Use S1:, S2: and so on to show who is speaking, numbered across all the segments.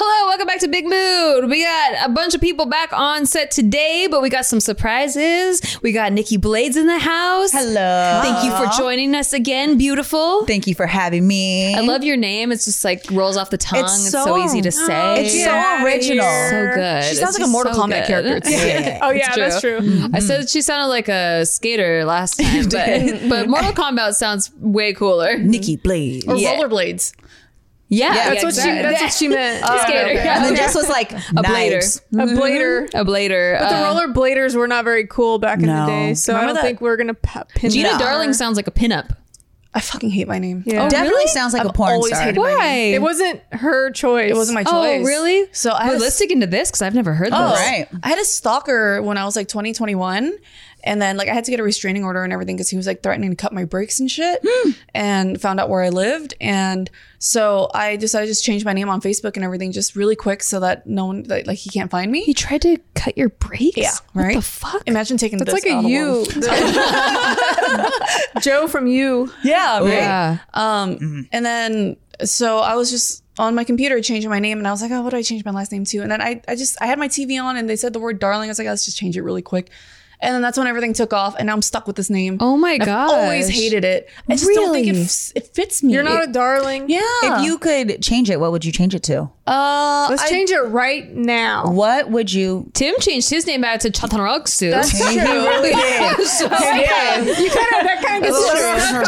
S1: welcome back to Big Mood. We got a bunch of people back on set today, but we got some surprises. We got Nikki Blades in the house.
S2: Hello.
S1: Thank you for joining us again, beautiful.
S2: Thank you for having me.
S1: I love your name. It's just like rolls off the tongue. It's, so, easy to say.
S2: It's so original.
S1: so good.
S3: She
S1: It's
S3: sounds like a
S1: just
S3: Mortal
S1: so good.
S3: Kombat character. too.
S2: Yeah.
S4: Oh yeah, that's true.
S3: Mm-hmm.
S1: I said she sounded like a skater last time, but, but Mortal Kombat sounds way cooler.
S2: Nikki Blade.
S1: Oh,
S4: Or
S2: Yeah.
S4: rollerblades.
S1: Yeah,
S4: That's what she. That's what she meant.
S1: A skater.
S2: And then Jess was like, Mm-hmm.
S1: a blader,
S2: knives.
S4: A blader.
S1: Mm-hmm. a blader.
S4: But
S1: uh,
S4: the rollerbladers were not very cool back in
S2: No.
S4: the day, so I
S3: Remember
S4: don't
S3: that-
S4: think we're gonna p- pin
S1: Gina
S4: that.
S1: Darling sounds like a pinup.
S3: I fucking hate my name.
S1: Oh,
S3: Oh,
S4: Yeah.
S2: Definitely sounds like a porn
S3: always
S2: star.
S3: hated my name.
S1: Why?
S4: It wasn't her choice.
S3: It wasn't my choice.
S1: Oh, really?
S3: So I
S1: Wait,
S3: had a-
S1: let's dig into this because I've never heard
S3: Oh,
S1: this.
S2: Right.
S3: I had a stalker when I was like 20, 21. And then like I had to get a restraining order and everything because he was like threatening to cut my brakes and shit
S4: Hmm.
S3: and found out where I lived. And so I decided to just change my name on Facebook and everything just really quick so that no one like, like he can't find me.
S1: He tried to cut your brakes.
S3: Yeah,
S1: What
S3: right?
S1: the fuck?
S3: Imagine taking
S4: That's
S3: this
S4: like
S3: out
S4: a
S3: of
S4: you.
S3: one.
S4: Joe from you.
S3: Yeah, right.
S1: Yeah.
S3: Um, and then so I was just on my computer changing my name, and I was like, oh, what do I change my last name to? And then I, I just I had my TV on, and they said the word darling. I was like, "Oh, let's just change it really quick. And then that's when everything took off, and now I'm stuck with this name.
S1: Oh my
S3: And I've
S1: gosh.
S3: always hated it. I just don't think it,
S1: Really?
S3: f- it fits me.
S4: You're not
S3: It-
S4: a darling.
S3: yeah.
S2: If you could change it, what would you change it to?
S3: uh,
S4: Let's
S3: I-
S4: change it right now.
S2: What would you?
S1: Tim changed his name back to Chaturangsu. That's
S2: true.
S4: Yeah. You kind of that kind of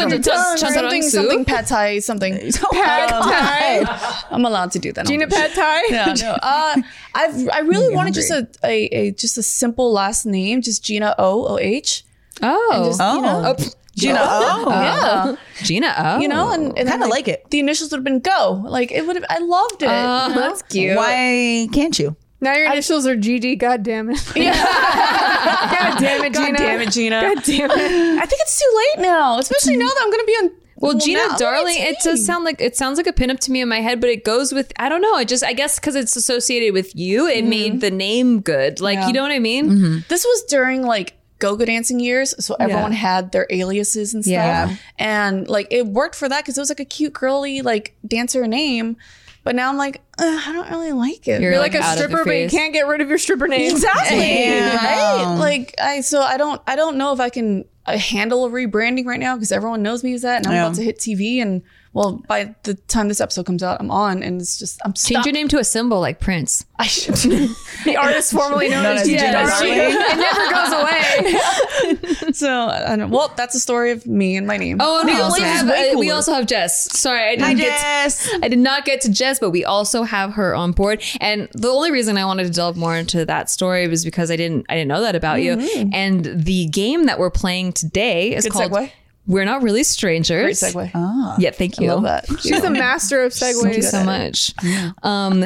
S4: gets you.
S3: something, something pad thai something.
S4: Pad Thai.
S3: I'm allowed to do that.
S4: Gina
S3: on the show.
S4: Pad Thai.
S3: Um, Yeah, no. Uh, I've I really wanted just a, a, a just a simple last name, just Gina O O H.
S1: Oh.
S3: Just,
S2: Oh.
S3: you know,
S1: Oh,
S2: Gina. Oh.
S3: yeah,
S1: Gina. Oh.
S3: Uh, you know, and, and then,
S2: Kinda like it.
S3: The initials would have been Go. Like it would have. I loved it.
S1: Uh,
S3: you know?
S1: that's cute.
S2: Why can't you?
S4: Now your initials are GD. God damn it. God damn it, Gina.
S3: God damn it, Gina.
S4: God damn it.
S3: I think it's too late now, especially now that I'm going to be on.
S1: Well, Gina
S3: now-
S1: Darling, it does sound like it sounds like a pinup to me in my head, but it goes with I don't know. I just I guess because it's associated with you, it made the name good. Like you know what I mean?
S3: This was during like go-go dancing years, so everyone had their aliases and stuff.
S2: Yeah.
S3: And like it worked for that because it was like a cute girly like dancer name. But now I'm like, uh, I don't really like it.
S1: You're
S4: You're like a
S1: out of the
S4: stripper, but you
S1: phase.
S4: can't get rid of your stripper name.
S3: exactly
S2: Yeah.
S3: right like i so i don't i don't know if i can uh, handle a rebranding right now because everyone knows me as that and i'm
S2: Yeah.
S3: about to hit tv and well by the time this episode comes out i'm on and it's just i'm
S1: Change
S3: stuck.
S1: your name to a symbol like Prince.
S3: I should-
S4: The artist formerly known
S2: Not
S4: as
S2: as
S4: Gina
S2: Gina
S4: Darling.
S2: Darling.
S4: It never goes away.
S3: so i don't well that's a story of me and my name
S1: Oh, and we
S2: No,
S1: also
S2: Prince is
S1: have
S2: way
S1: uh, we
S2: cooler.
S1: also have Jess. Sorry, I didn't get to- I did not get to Jess, but we also have her on board. And the only reason I wanted to delve more into that story was because I didn't I didn't know that about you. And the game that we're playing today is
S3: Mm-hmm. Good
S1: called
S3: segue.
S1: We're Not Really Strangers.
S3: Great segue
S1: Yeah, thank you.
S3: love that
S4: She's a master of
S1: Thank you
S4: segues.
S1: so much. Um,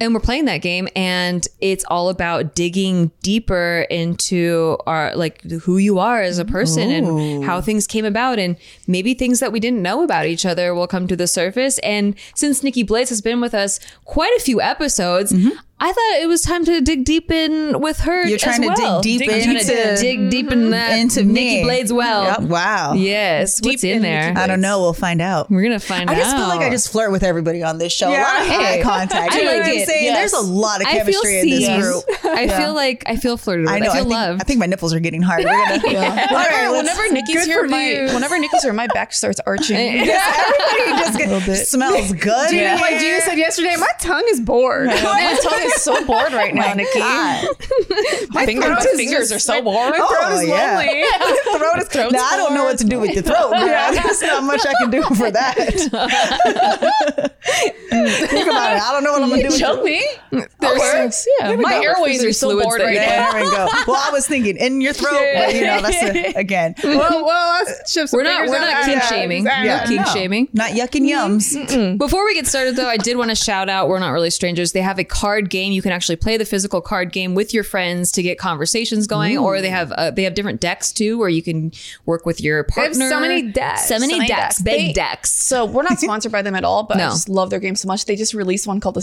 S1: and we're playing that game, and it's all about digging deeper into our like who you are as a person and how things came about, and maybe things that we didn't know about each other will come to the surface. And since Nikki Blaze has been with us quite a few episodes. I thought it was time to dig deep in with her.
S2: Mm-hmm. You're trying
S1: as
S2: to dig
S1: well.
S2: deep
S1: I'm trying to
S2: into- Mm-hmm.
S1: dig deep in that
S2: into
S1: Nikki
S2: me.
S1: Blade's well.
S2: Yep. Wow.
S1: Yes, what's in, there?
S2: I don't know. We'll find out.
S1: We're gonna find
S2: I
S1: out.
S2: just feel like I just flirt with everybody on this show. A lot of
S4: Yeah.
S2: eye contact.
S1: I
S2: You know
S1: like
S2: what I'm
S1: it.
S2: saying?
S3: Yes.
S2: There's a lot of
S1: I feel
S2: chemistry in
S1: seen.
S2: this group.
S1: I feel like I feel flirted with. I,
S2: know.
S1: feel
S2: think,
S1: loved.
S2: I think my nipples are getting hard. We're gonna, All right,
S3: Whenever,
S2: let's-
S3: whenever Nikki's here,
S4: for
S3: my
S4: you.
S3: whenever Nikki's here, my back starts arching.
S2: everybody just get, smells good.
S4: Gina,
S2: in
S4: like
S2: here.
S4: Gina said yesterday, my tongue is bored.
S3: my tongue is so bored right now, Nikki. My, finger- my
S4: throat is
S3: fingers
S4: just-
S3: are so bored.
S4: My throat
S2: Oh,
S4: is
S2: yeah.
S4: lonely.
S2: throat is now, I don't know what to do with your throat. Girl. There's not much I can do for that. Think about it. I don't know what I'm gonna do. with your-
S3: me. There's, yeah, my
S1: go.
S3: airways are
S1: There's
S3: so
S1: fluids
S3: bored
S1: there.
S3: right now.
S2: Yeah, there we go. Well, I was thinking in your throat, but you know, that's a, again.
S4: well, Oh, well, let's shift some
S1: we're not
S4: fingers
S1: we're
S4: out.
S1: not kink
S4: Yeah,
S1: shaming.
S4: exactly.
S1: Not kink shaming.
S2: Not yucking yums.
S1: Before we get started though, I did want to shout out We're Not Really Strangers. They have a card game. You can actually play the physical card game with your friends to get conversations going or they have uh, they have different decks too where you can work with your
S4: have
S1: partner.
S4: so many decks.
S1: So many,
S3: So many
S1: decks,
S3: decks.
S1: big
S3: They-
S1: decks.
S3: So we're not sponsored by them at all, but I
S1: No.
S3: just love their game so much. They just released one called the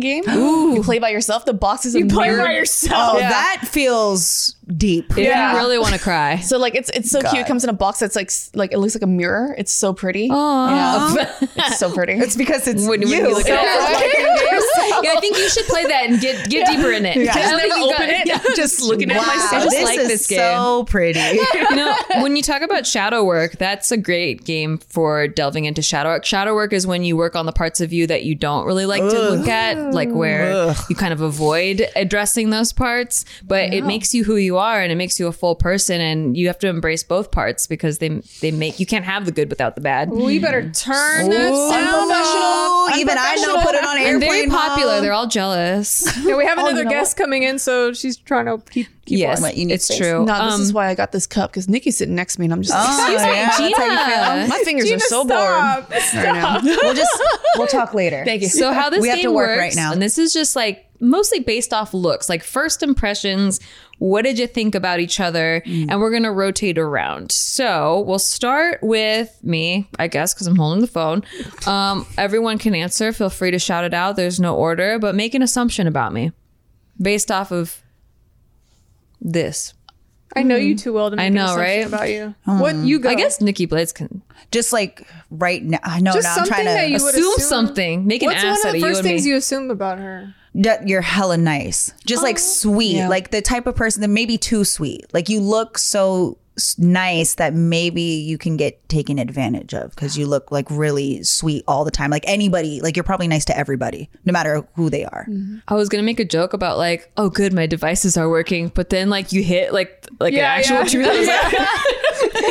S3: game. You play by yourself. The boxes you
S4: Play by yourself.
S2: Oh, that feels deep.
S1: If
S4: Yeah.
S1: you really want to cry.
S3: So like it's it's so cute. It comes in a box that's like s- like it looks like a mirror. It's so pretty.
S1: Aw.
S3: Yeah. it's so pretty.
S2: It's because it's
S1: When- when
S2: you.
S1: you look at
S2: So-
S1: it. yeah, I think you should play that and get get deeper in it.
S2: Yeah.
S1: I don't
S3: Just
S1: think
S3: never
S1: you got-
S3: open it.
S1: Yeah.
S2: Just
S1: looking at
S2: wow,
S1: myself. I just
S2: this
S1: like
S2: is
S1: this game.
S2: so pretty.
S1: you know, when you talk about shadow work, that's a great game for delving into shadow work. Shadow work is when you work on the parts of you that you don't really like to look at, like where
S2: Ugh.
S1: you kind of avoid addressing those parts, but it makes you who you are and it makes you a full person and you have to embrace both parts because they they make you can't have the good without the bad.
S4: We better turn that
S2: Ooh,
S4: sound off.
S2: Even I know. Put it on
S1: And
S2: airplane.
S1: very popular.
S2: mode.
S1: They're all jealous.
S4: Yeah, we have another
S2: you know
S4: guest coming in, so she's trying to keep. keep
S1: yes,
S2: Like, you need
S1: it's
S2: space.
S1: true.
S3: No, this
S1: Um,
S3: is why I got this cup because Nikki's sitting next to me, and I'm just like,
S2: Oh,
S1: Excuse me,
S2: yeah, that's how you feel.
S1: Gina.
S3: my fingers
S4: Gina,
S3: are so bored.
S4: stop.
S3: Right now.
S2: We'll just we'll talk later.
S3: Thank you.
S1: So how this
S2: We
S1: game
S2: have to work
S1: works,
S2: right now.
S1: and this is just like mostly based off looks, like first impressions. What did you think about each other?
S4: Mm.
S1: And we're gonna rotate around. So we'll start with me, I guess, because I'm holding the phone. Um, everyone can answer. Feel free to shout it out. There's no order, but make an assumption about me based off of this.
S4: I know you too well to make an
S1: know,
S4: assumption
S1: right?
S4: About you, what you go?
S1: I guess Nikki Blades can
S2: Just like right now. I know.
S4: Just
S2: now I'm
S4: something
S2: trying to.
S4: that you would
S1: assume,
S4: assume-
S1: something. Make an
S4: What's
S1: ass
S4: one
S1: out
S4: of the
S1: you
S4: first
S1: and me.
S4: things you assume about her?
S2: that you're hella nice. Just like sweet, like the type of person that maybe too sweet. Like you look so s- nice that maybe you can get taken advantage of because you look like really sweet all the time. Like anybody, like you're probably nice to everybody, no matter who they are.
S1: I was gonna make a joke about like, oh, good, my devices are working, but then like you hit like th- like
S4: Yeah,
S1: an actual
S4: yeah.
S1: truth. I was like,
S2: Sorry.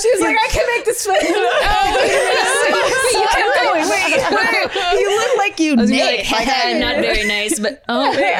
S4: She's like, I can make this.
S2: you look like you
S1: you're like,
S2: nick. Like,
S1: "Haha, not very nice, but oh,
S2: sorry,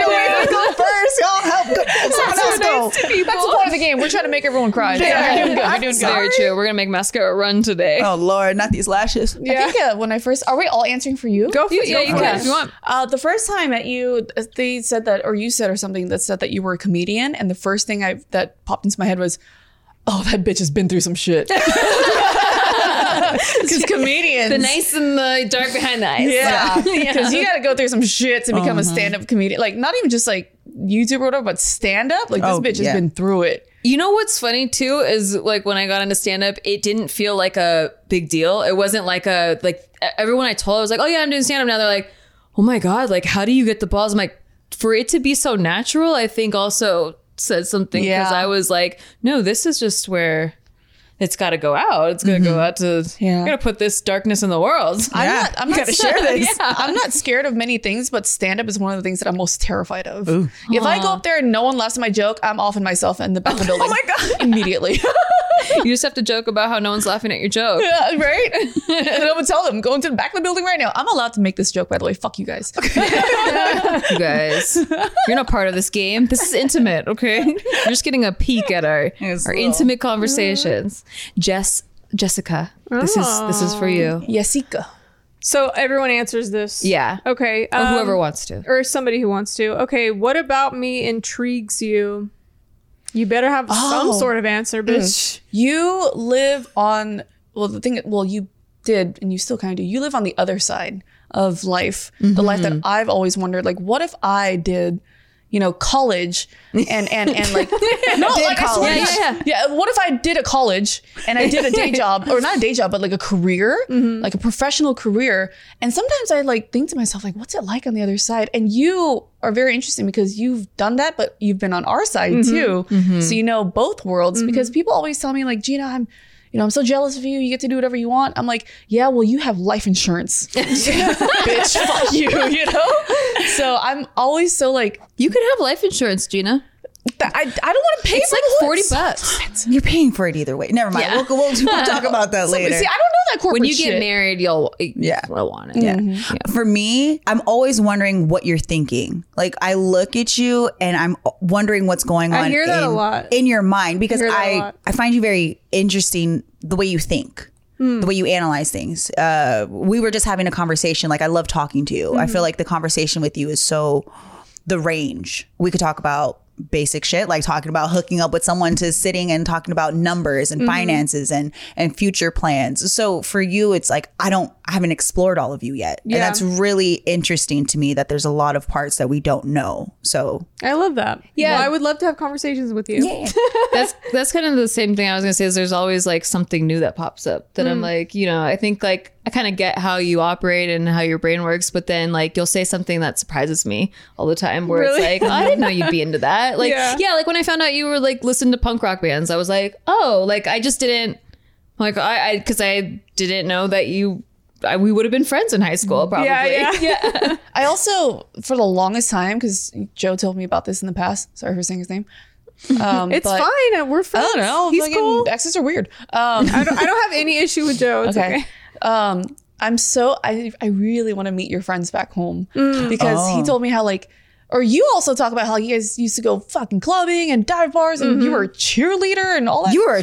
S2: the way you go first. Y'all help. Go. Someone else go.
S3: That's the point of the game. We're trying to make everyone cry. Yeah, we're doing good. We're doing
S1: it's
S3: good.
S1: very true. We're gonna make mascara run today.
S2: Oh Lord, not these lashes.
S3: I think uh, when I first, are we all answering for you?
S4: Go for
S1: You-
S4: it.
S1: yeah, you
S4: go for
S1: can
S4: it.
S1: if you want.
S3: Uh, the first time at you, uh, they said that, or you said, or something that said that you were a comedian, and the first thing I that popped into my head was, "Oh, that bitch has been through some shit." Because comedians,
S1: The nice and the dark behind the eyes.
S3: yeah, because you got to go through some shit to become
S2: Uh-huh.
S3: a stand-up comedian. Like not even just like YouTube or whatever, but stand-up. Like this
S2: Oh,
S3: bitch
S2: yeah.
S3: has been through it.
S1: You know what's funny too is like when I got into stand up, it didn't feel like a big deal. It wasn't like a like e, everyone I told I was like, "Oh yeah, I'm doing stand up now." They're like, "Oh my god, like how do you get the balls?" I'm like, "For it to be so natural, I think also says something because
S3: Yeah.
S1: I was like, "No, this is just where it's got to go out. It's going to go out to
S3: Mm-hmm. Yeah.
S1: yeah. got to put this darkness in the world."
S3: I'm
S2: Yeah.
S3: not. I'm not
S2: gotta share this.
S1: Yeah.
S3: I'm not scared of many things, but stand up is one of the things that I'm most terrified of. If I go up there and no one laughs at my joke, I'm off in myself in the back of the building. oh my god! Immediately,
S1: you just have to joke about how no one's laughing at your joke.
S3: Yeah, right? and I'm gonna tell them, go into the back of the building right now. I'm allowed to make this joke, by the way. Fuck you guys.
S1: you guys. You're not part of this game. This is intimate, okay? You're just getting a peek at our
S2: It's
S1: our
S2: little.
S1: intimate conversations. Jess Jessica, this is this is for
S3: Oh.
S1: you.
S3: Yesika.
S4: So everyone answers this.
S1: Yeah.
S4: Okay.
S1: Or
S4: um,
S1: whoever wants to.
S4: or somebody who wants to. Okay, what about me intrigues you? You better have some
S3: Oh.
S4: sort of answer, bitch.
S3: You live on, well, the thing, well, you did, and you still kind of do, you live on the other side of life, the life that I've always wondered, like, what if I did, you know, college and, and, and like, no, like, I swear-
S2: college.
S1: Yeah, yeah,
S3: yeah. What if I did a college and I did a day job, or not a day job, but like a career, like a professional career? And sometimes I like think to myself, like, what's it like on the other side? And you are very interesting because you've done that, but you've been on our side too, so you know both worlds. Because people always tell me, like, Gina, I'm. You know, I'm so jealous of you. You get to do whatever you want. I'm like, yeah, well, you have life insurance, bitch. Fuck you, you know. So I'm always so like,
S1: You can have life insurance, Gina.
S3: th- I, I don't want to pay
S1: It's
S3: for
S1: like
S3: the
S1: 40
S3: horse.
S1: bucks.
S2: You're paying for it either way. Never mind.
S1: Yeah.
S2: We'll, we'll, we'll talk about that
S3: See, I
S2: later.
S3: don't know that corporate
S1: When you get
S3: shit.
S1: married, you'll
S2: Yeah.
S1: will want it. Yeah.
S2: For me, I'm always wondering what you're thinking. Like I look at you and I'm wondering what's going
S4: I
S2: on
S4: hear that
S2: in,
S4: a lot.
S2: in your mind because
S4: hear that a
S2: I
S4: lot.
S2: I find you very interesting the way you think.
S4: Hmm.
S2: The way you analyze things. Uh, we were just having a conversation. Like, I love talking to you. I
S4: Mm-hmm.
S2: feel like the conversation with you is so the range. We could talk about basic shit, like talking about hooking up with someone to sitting and
S3: Mm-hmm.
S2: talking about numbers and finances and and future plans. So for you, it's like I don't I haven't explored all of you yet.
S4: Yeah.
S2: And that's really interesting to me that there's a lot of parts that we don't know. So
S4: I love that.
S1: Yeah.
S4: Well, I would love to have conversations with you.
S1: that's that's kind of the same thing I was gonna say is there's always like something new that pops up that
S4: Mm.
S1: I'm like, you know, I think like I kind of get how you operate and how your brain works, but then like you'll say something that surprises me all the time where
S4: Really?
S1: it's like, "Oh, I didn't know you'd be into that. Like
S4: Yeah.
S1: yeah. like when I found out you were like listened to punk rock bands, I was like, oh, like I just didn't like I I because I didn't know that you I, we would have been friends in high school probably.
S4: Yeah, yeah.
S3: I also, for the longest time, because Joe told me about this in the past. Sorry for saying his name. Um,
S4: It's
S3: but-
S4: fine. uh, We're friends.
S3: I don't know.
S4: He's
S3: fucking
S4: cool.
S3: Exes are weird. Um,
S4: I don't, I don't have any issue with Joe. It's okay.
S3: okay. Um, I'm so I I really want to meet your friends back home because he told me how like. Or you also talk about how you guys used to go fucking clubbing and dive bars, and you were a cheerleader and all that.
S2: you were a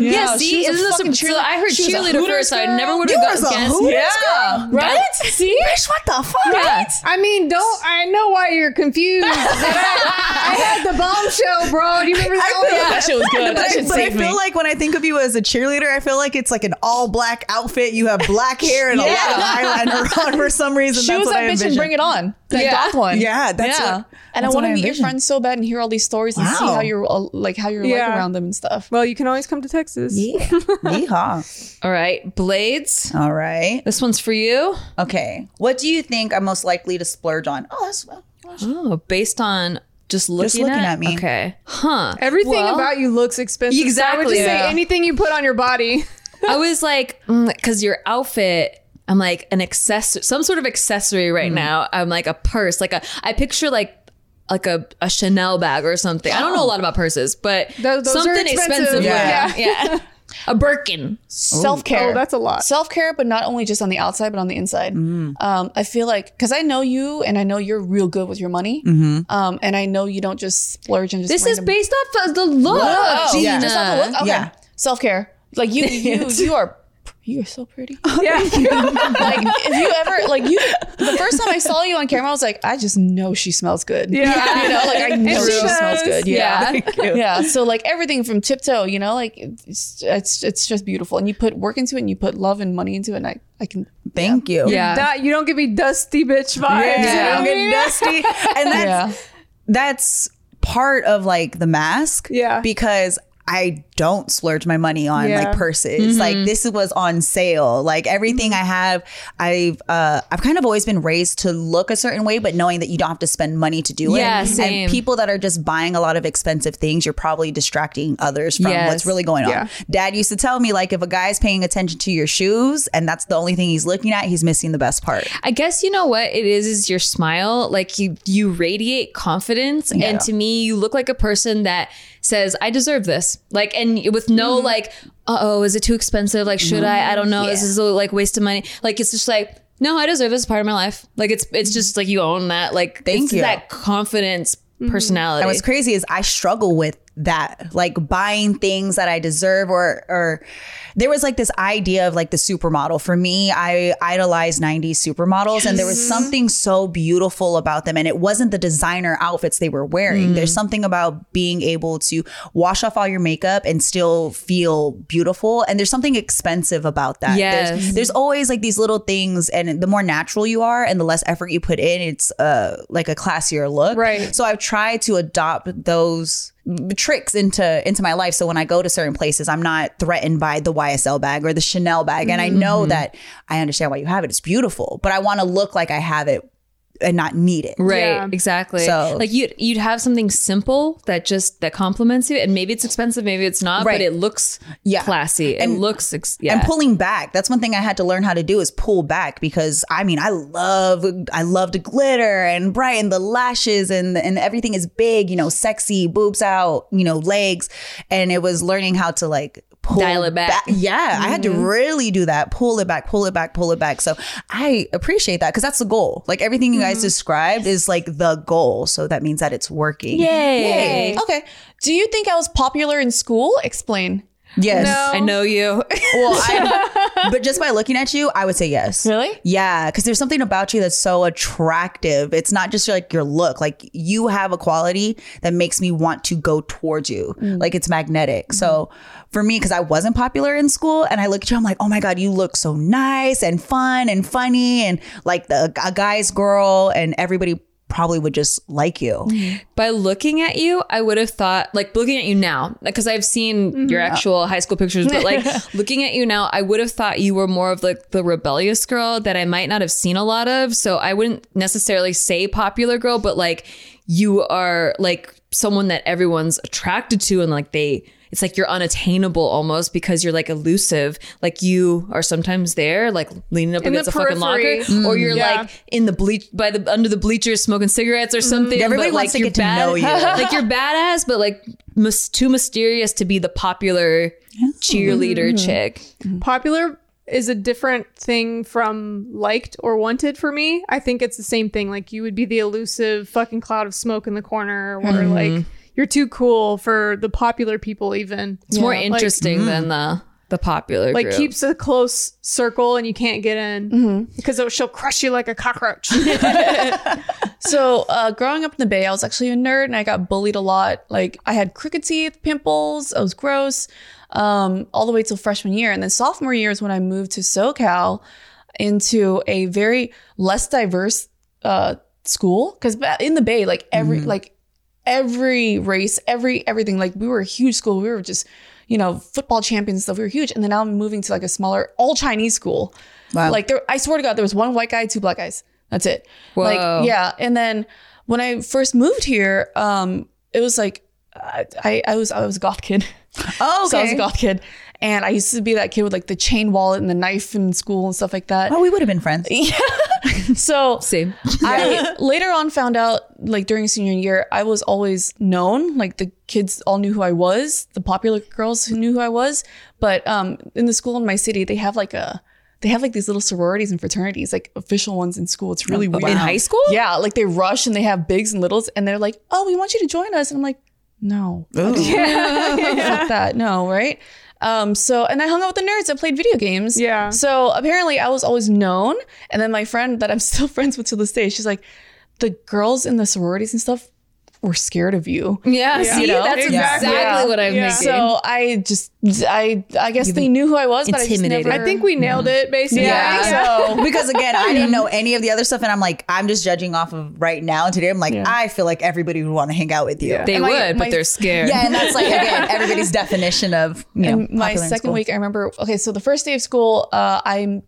S1: Yeah,
S3: Yeah, she
S1: see,
S3: was a
S1: isn't this
S3: fucking
S1: so
S3: cheerleader.
S1: I heard
S3: She was a
S1: cheerleader
S3: Hooters
S1: first, so I
S3: girl.
S1: never would
S2: You
S1: have
S2: was
S1: got
S2: a
S1: guessed.
S2: Hooters
S3: Yeah.
S2: girl.
S1: Right?
S2: See? Bitch, what the fuck?
S1: Yeah.
S4: I mean, don't. I know why you're confused. but I, I had the bombshell, bro. oh, Do you remember that? one?
S3: That shit was good. That
S2: But, I-
S3: shit
S2: but I
S3: saved
S2: feel
S3: me.
S2: like when I think of you as a cheerleader, I feel like it's like an all black outfit. You have black hair and a lot of eyeliner on for some reason.
S3: she
S2: That's
S3: was
S2: what I
S3: that bitch and
S2: envision.
S3: bring it on. That
S1: Yeah.
S3: goth one.
S2: Yeah, that's
S3: yeah.
S2: what-
S3: and I
S2: that's
S3: want
S2: what
S3: to
S2: I
S3: meet your
S2: envision.
S3: friends so bad and hear all these stories and see
S2: Wow.
S3: how you're uh, like how you're
S4: Yeah.
S3: like around them and stuff.
S4: Well, you can always come to Texas.
S2: Yeah. Yeehaw.
S1: All right, blades.
S2: All right.
S1: This one's for you.
S2: Okay. What do you think I'm most likely to splurge on? Oh, that's well.
S1: Oh, based on just looking,
S2: looking at me.
S1: Okay, huh?
S4: Everything
S1: Well,
S4: about you looks expensive. so I would
S1: Exactly.
S4: just
S1: Yeah.
S4: say anything you put on your body.
S1: I was like, because your outfit. I'm like an accessory, some sort of accessory right now. I'm like a purse, like a. I picture like. Like a, a Chanel bag or something. I don't know a lot about purses, but
S4: Those- those are
S1: something
S4: expensive.
S1: expensive.
S2: Yeah.
S1: looking. yeah. A Birkin.
S3: self care.
S4: Oh, that's a lot.
S3: Self care, but not only just on the outside, but on the inside.
S2: Mm.
S3: Um, I feel like because I know you, and I know you're real good with your money,
S2: Mm-hmm.
S3: um, and I know you don't just splurge and just.
S1: This is
S3: random-
S1: based off of the look.
S3: Oh,
S1: Gina.
S3: yeah. Just off the look? Okay.
S2: Yeah.
S3: Self care. Like you, you, you are. You are so pretty.
S1: Oh,
S4: Yeah.
S3: Like if you ever like you, the first time I saw you on camera, I was like, I just know she smells good.
S4: Yeah.
S3: you know, like I know
S4: she
S3: she, smells
S4: does.
S3: good.
S1: Yeah.
S3: yeah so like everything from tiptoe you know like it's, it's it's just beautiful and you put work into it and you put love and money into it and i, I can
S2: Thank you.
S1: Yeah.
S4: That- you don't give me dusty bitch vibes.
S2: Yeah.
S4: You know what I mean?
S2: Get dusty. And that's
S3: yeah
S2: that's part of like the mask.
S4: Yeah.
S2: Because I don't splurge my money on
S4: Yeah.
S2: like
S1: Mm-hmm.
S2: purses. Like this was on sale. Like everything
S4: Mm-hmm.
S2: I have, I've uh I've kind of always been raised to look a certain way, but knowing that you don't have to spend money to do
S1: Yeah,
S2: it.
S1: same.
S2: And people that are just buying a lot of expensive things, you're probably distracting others from
S1: Yes.
S2: what's really going on.
S4: Yeah.
S2: Dad used to tell me like if a guy's paying attention to your shoes and that's the only thing he's looking at, he's missing the best part.
S1: I guess you know what it is is your smile. Like you you radiate confidence and to me you look like a person that says I deserve this. Like and with no
S2: Mm-hmm.
S1: like uh-oh is it too expensive? Like should I? I don't know. Is this a, like waste of money? Like it's just like no, I deserve this It's part of my life. Like it's it's just like you own that. Like
S2: Thank
S1: it's
S2: you. Mm-hmm.
S1: that confidence personality.
S2: And what's crazy is I struggle with that, like buying things that I deserve or or there was like this idea of like the supermodel. For me, I idolized 90s supermodels and there was something so beautiful about them. And it wasn't the designer outfits they were wearing. There's something about being able to wash off all your makeup and still feel beautiful. And there's something expensive about that.
S1: Yes.
S2: There's, there's always like these little things and the more natural you are and the less effort you put in, it's uh like a classier look.
S4: Right.
S2: So I've tried to adopt those tricks into into my life. So when I go to certain places, I'm not threatened by the YSL bag or the Chanel bag. And I know that I understand why you have it. It's beautiful, but I want to look like I have it and not need it.
S1: Right,
S4: Yeah.
S1: exactly.
S2: So-
S1: like you'd you'd have something simple that just that complements you, and maybe it's expensive, maybe it's not,
S2: Right.
S1: but it looks
S2: Yeah.
S1: classy. it
S2: And-
S1: looks ex- yeah.
S2: And pulling back. That's one thing I had to learn how to do is pull back because I mean I love I love the glitter and brighten the lashes and and everything is big, you know, sexy, boobs out, you know, legs. And it was learning how to like pull
S1: Dial it back. Mm-hmm.
S2: Yeah. I had to really do that. Pull it back, pull it back, pull it back. So I appreciate that because that's the goal. Like everything you
S1: Mm-hmm.
S2: guys described is like the goal. So that means that it's working.
S1: Yay.
S3: okay do you think i was popular in school explain
S2: Yes.
S1: I
S4: No.
S1: know you.
S2: Well, I, but just by looking at you, I would say yes.
S4: Really?
S2: Yeah, because there's something about you that's so attractive. It's not just like your look. Like you have a quality that makes me want to go towards you. Like it's magnetic. So for me, because I wasn't popular in school, and I look at you, I'm like, oh my god, you look so nice and fun and funny and like the a guy's girl, and everybody probably would just like you.
S1: by looking at you, I would have thought, like looking at you now, because I've seen
S4: Mm-hmm.
S1: your actual high school pictures, but like looking at you now, I would have thought you were more of like the rebellious girl that I might not have seen a lot of. So I wouldn't necessarily say popular girl, but like you are like someone that everyone's attracted to and like they. It's like you're unattainable almost because you're like elusive. Like you are sometimes there, like leaning up
S4: In the
S1: against a fucking locker,
S4: periphery. Mm.
S1: or you're
S4: yeah. Mm-hmm.
S1: like in the bleach by the under the bleachers smoking cigarettes or something.
S2: Everybody
S1: but,
S2: wants to
S1: you're
S2: get to know you.
S1: like you're badass, but like mys- too mysterious to be the popular cheerleader chick.
S4: popular is a different thing from liked or wanted for me. I think it's the same thing. Like you would be the elusive fucking cloud of smoke in the corner, or
S1: Mm-hmm.
S4: like you're too cool for the popular people. Even
S1: It's more
S4: Yeah, like-
S1: interesting than the the popular.
S4: Like
S1: group.
S4: keeps a close circle and you can't get in
S5: Mm-hmm.
S4: because it- she'll crush you like a cockroach.
S3: So, uh, growing up in the Bay, I was actually a nerd and I got bullied a lot. Like, I had crooked teeth, pimples, I was gross, um, all the way till freshman year. And then sophomore year is when I moved to SoCal into a very less diverse uh, school. Because in the Bay, like every, like, every race, every everything. Like we were a huge school. We were just, you know, football champions and stuff. We were huge. And then now I'm moving to like a smaller all Chinese school.
S2: Wow.
S3: Like there I swear to God, there was one white guy, two black guys. That's it.
S1: Whoa.
S3: Like, yeah. And then when I first moved here, um, it was like I, I- I was I was a goth kid.
S2: Oh,
S3: So I was a goth kid. And I used to be that kid with like the chain wallet and the knife in school and stuff like that.
S2: Oh, we would have been friends.
S3: So
S1: same.
S3: I later on found out, like during senior year, I was always known. Like the kids all knew who I was, the popular girls who knew who I was. But um, in the school in my city, they have like a they have like these little sororities and fraternities, like official ones in school. It's really weird.
S1: In high school?
S3: Yeah, like they rush and they have bigs and littles, and they're like, "Oh, we want you to join us," and I'm like, "No, fuck that, no, right?" Um, so and I hung out with the nerds. I played video games.
S4: Yeah.
S3: So apparently, I was always known. And then my friend that I'm still friends with to this day, she's like, "The girls in the sororities and stuff were scared of you."
S1: Yeah, see,
S3: You know?
S1: that's exactly
S4: Exactly.
S3: Yeah.
S1: what I'm
S4: Yeah.
S1: thinking.
S3: So I just, I, I guess they knew who I was, but I just
S1: intimidated.
S3: never.
S4: I think we nailed it basically.
S2: Yeah.
S4: Yeah.
S2: So because again, I didn't know any of the other stuff, and I'm like, I'm just judging off of right now. Today, I'm like, I feel like everybody would want to hang out with you. Yeah,
S1: they
S3: and
S1: would,
S3: my-
S1: but
S3: my-
S1: they're scared.
S2: and that's like again everybody's definition of you know.
S3: And my
S2: popular in
S3: second
S2: school.
S3: week, I remember. Okay, so the first day of school, uh, I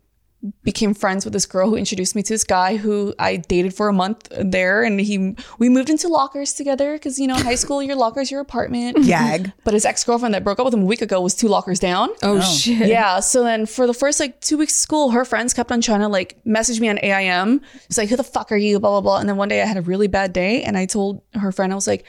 S3: became friends with this girl who introduced me to this guy who I dated for a month there, and he we moved into lockers together because you know high school, your lockers, your apartment.
S2: gag.
S3: But his ex girlfriend that broke up with him a week ago was two lockers down.
S1: Oh, shit.
S3: Yeah. So then for the first like two weeks of school, her friends kept on trying to like message me on AIM. It's like, who the fuck are you? Blah, blah, blah. And then one day I had a really bad day and I told her friend, I was like,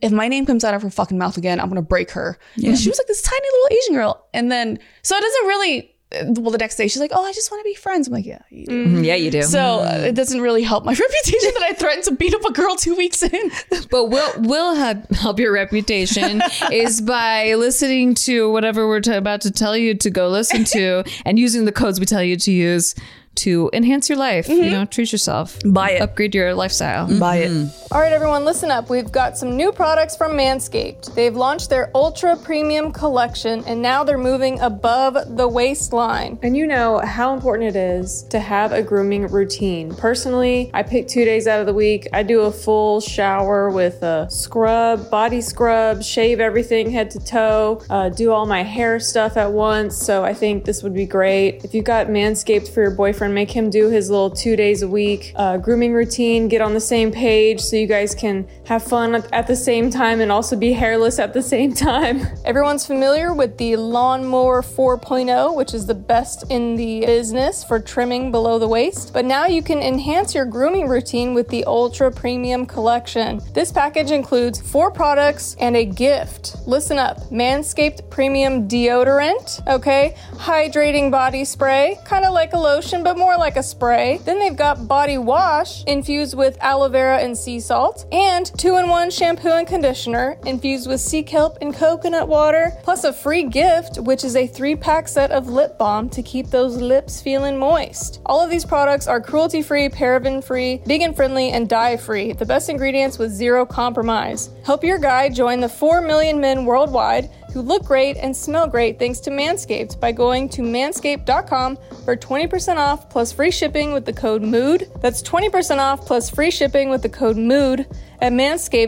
S3: if my name comes out of her fucking mouth again, I'm gonna break her. And she was like this tiny little Asian girl. And then so it doesn't really well, the next day she's like, Oh, I just wanna be friends. I'm like, Yeah, you do."
S1: Mhm, Yeah, you do.
S3: So uh, it doesn't really help my reputation that I threatened to beat up a girl two weeks in.
S1: but will will have, help your reputation is by listening to whatever we're t- about to tell you to go listen to and using the codes we tell you to use to enhance your life. You
S3: Mm-hmm.
S1: know, treat yourself, buy it, upgrade your lifestyle.
S3: Buy it.
S4: All right, everyone, listen up. We've got some new products from Manscaped. They've launched their ultra premium collection and now they're moving above the waistline. And you know how important it is to have a grooming routine. Personally, I pick two days out of the week. I do a full shower with a scrub, body scrub, shave everything head to toe, uh, do all my hair stuff at once. So I think this would be great. If you got Manscaped for your boyfriend, make him do his little two days a week uh, grooming routine, get on the same page so you guys can have fun at- at the same time and also be hairless at the same time. Everyone's familiar with the Lawnmower 4.0, which is the best in the business for trimming below the waist. But now you can enhance your grooming routine with the Ultra Premium Collection. This package includes four products and a gift. Listen up Manscaped Premium Deodorant, okay? Hydrating body spray, kind of like a lotion, but but more like a spray. Then they've got body wash infused with aloe vera and sea salt, and two in one shampoo and conditioner infused with sea kelp and coconut water, plus a free gift, which is a three pack set of lip balm to keep those lips feeling moist. All of these products are cruelty free, paraben free, vegan friendly, and dye free. The best ingredients with zero compromise. Help your guy join the 4 million men worldwide who look great and smell great thanks to Manscaped by going to manscaped.com for 20% off plus free shipping with the code MOOD. That's 20% off plus free shipping with the code MOOD at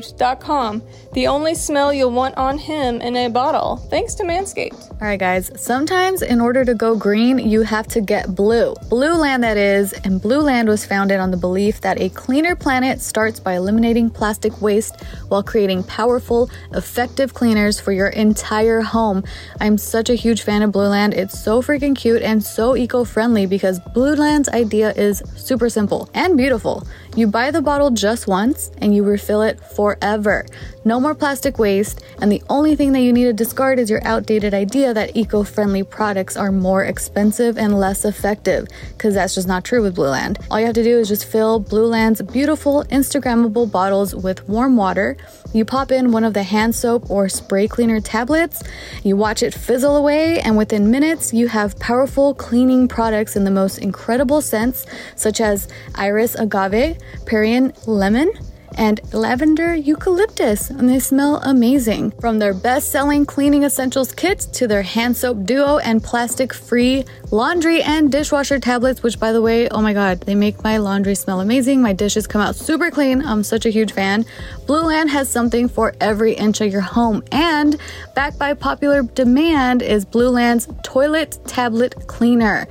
S4: manscaped.com. The only smell you'll want on him in a bottle. Thanks to Manscaped.
S6: All right, guys. Sometimes in order to go green, you have to get blue. Blue Land, that is, and Blue Land was founded on the belief that a cleaner planet starts by eliminating plastic waste while creating powerful, effective cleaners for your entire home. I'm such a huge fan of Blue Land. It's so freaking cute and so eco friendly because Blue Land's idea is super simple and beautiful. You buy the bottle just once and you refill it forever. No more plastic waste, and the only thing that you need to discard is your outdated idea that eco friendly products are more expensive and less effective, because that's just not true with Blue Land. All you have to do is just fill Blue Land's beautiful Instagrammable bottles with warm water. You pop in one of the hand soap or spray cleaner tablets, you watch it fizzle away, and within minutes, you have powerful cleaning products in the most incredible scents, such as iris agave, Perian lemon, and lavender eucalyptus, and they smell amazing. From their best selling cleaning essentials kits to their hand soap duo and plastic free laundry and dishwasher tablets, which, by the way, oh my god, they make my laundry smell amazing. My dishes come out super clean. I'm such a huge fan. Blue Land has something for every inch of your home, and backed by popular demand is Blue Land's toilet tablet cleaner.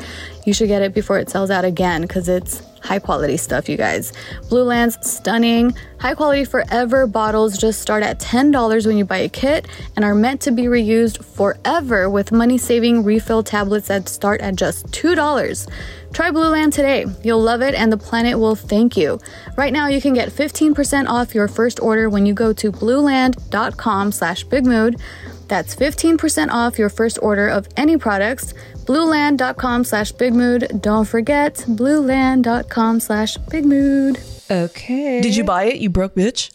S6: You should get it before it sells out again because it's high quality stuff, you guys. Blue Land's stunning, high quality forever bottles just start at $10 when you buy a kit and are meant to be reused forever with money saving refill tablets that start at just $2. Try Blue Land today. You'll love it and the planet will thank you. Right now you can get 15% off your first order when you go to blueland.com slash bigmood. That's 15% off your first order of any products. Blueland.com slash bigmood. Don't forget, blueland.com slash bigmood.
S1: Okay.
S3: Did you buy it? You broke bitch.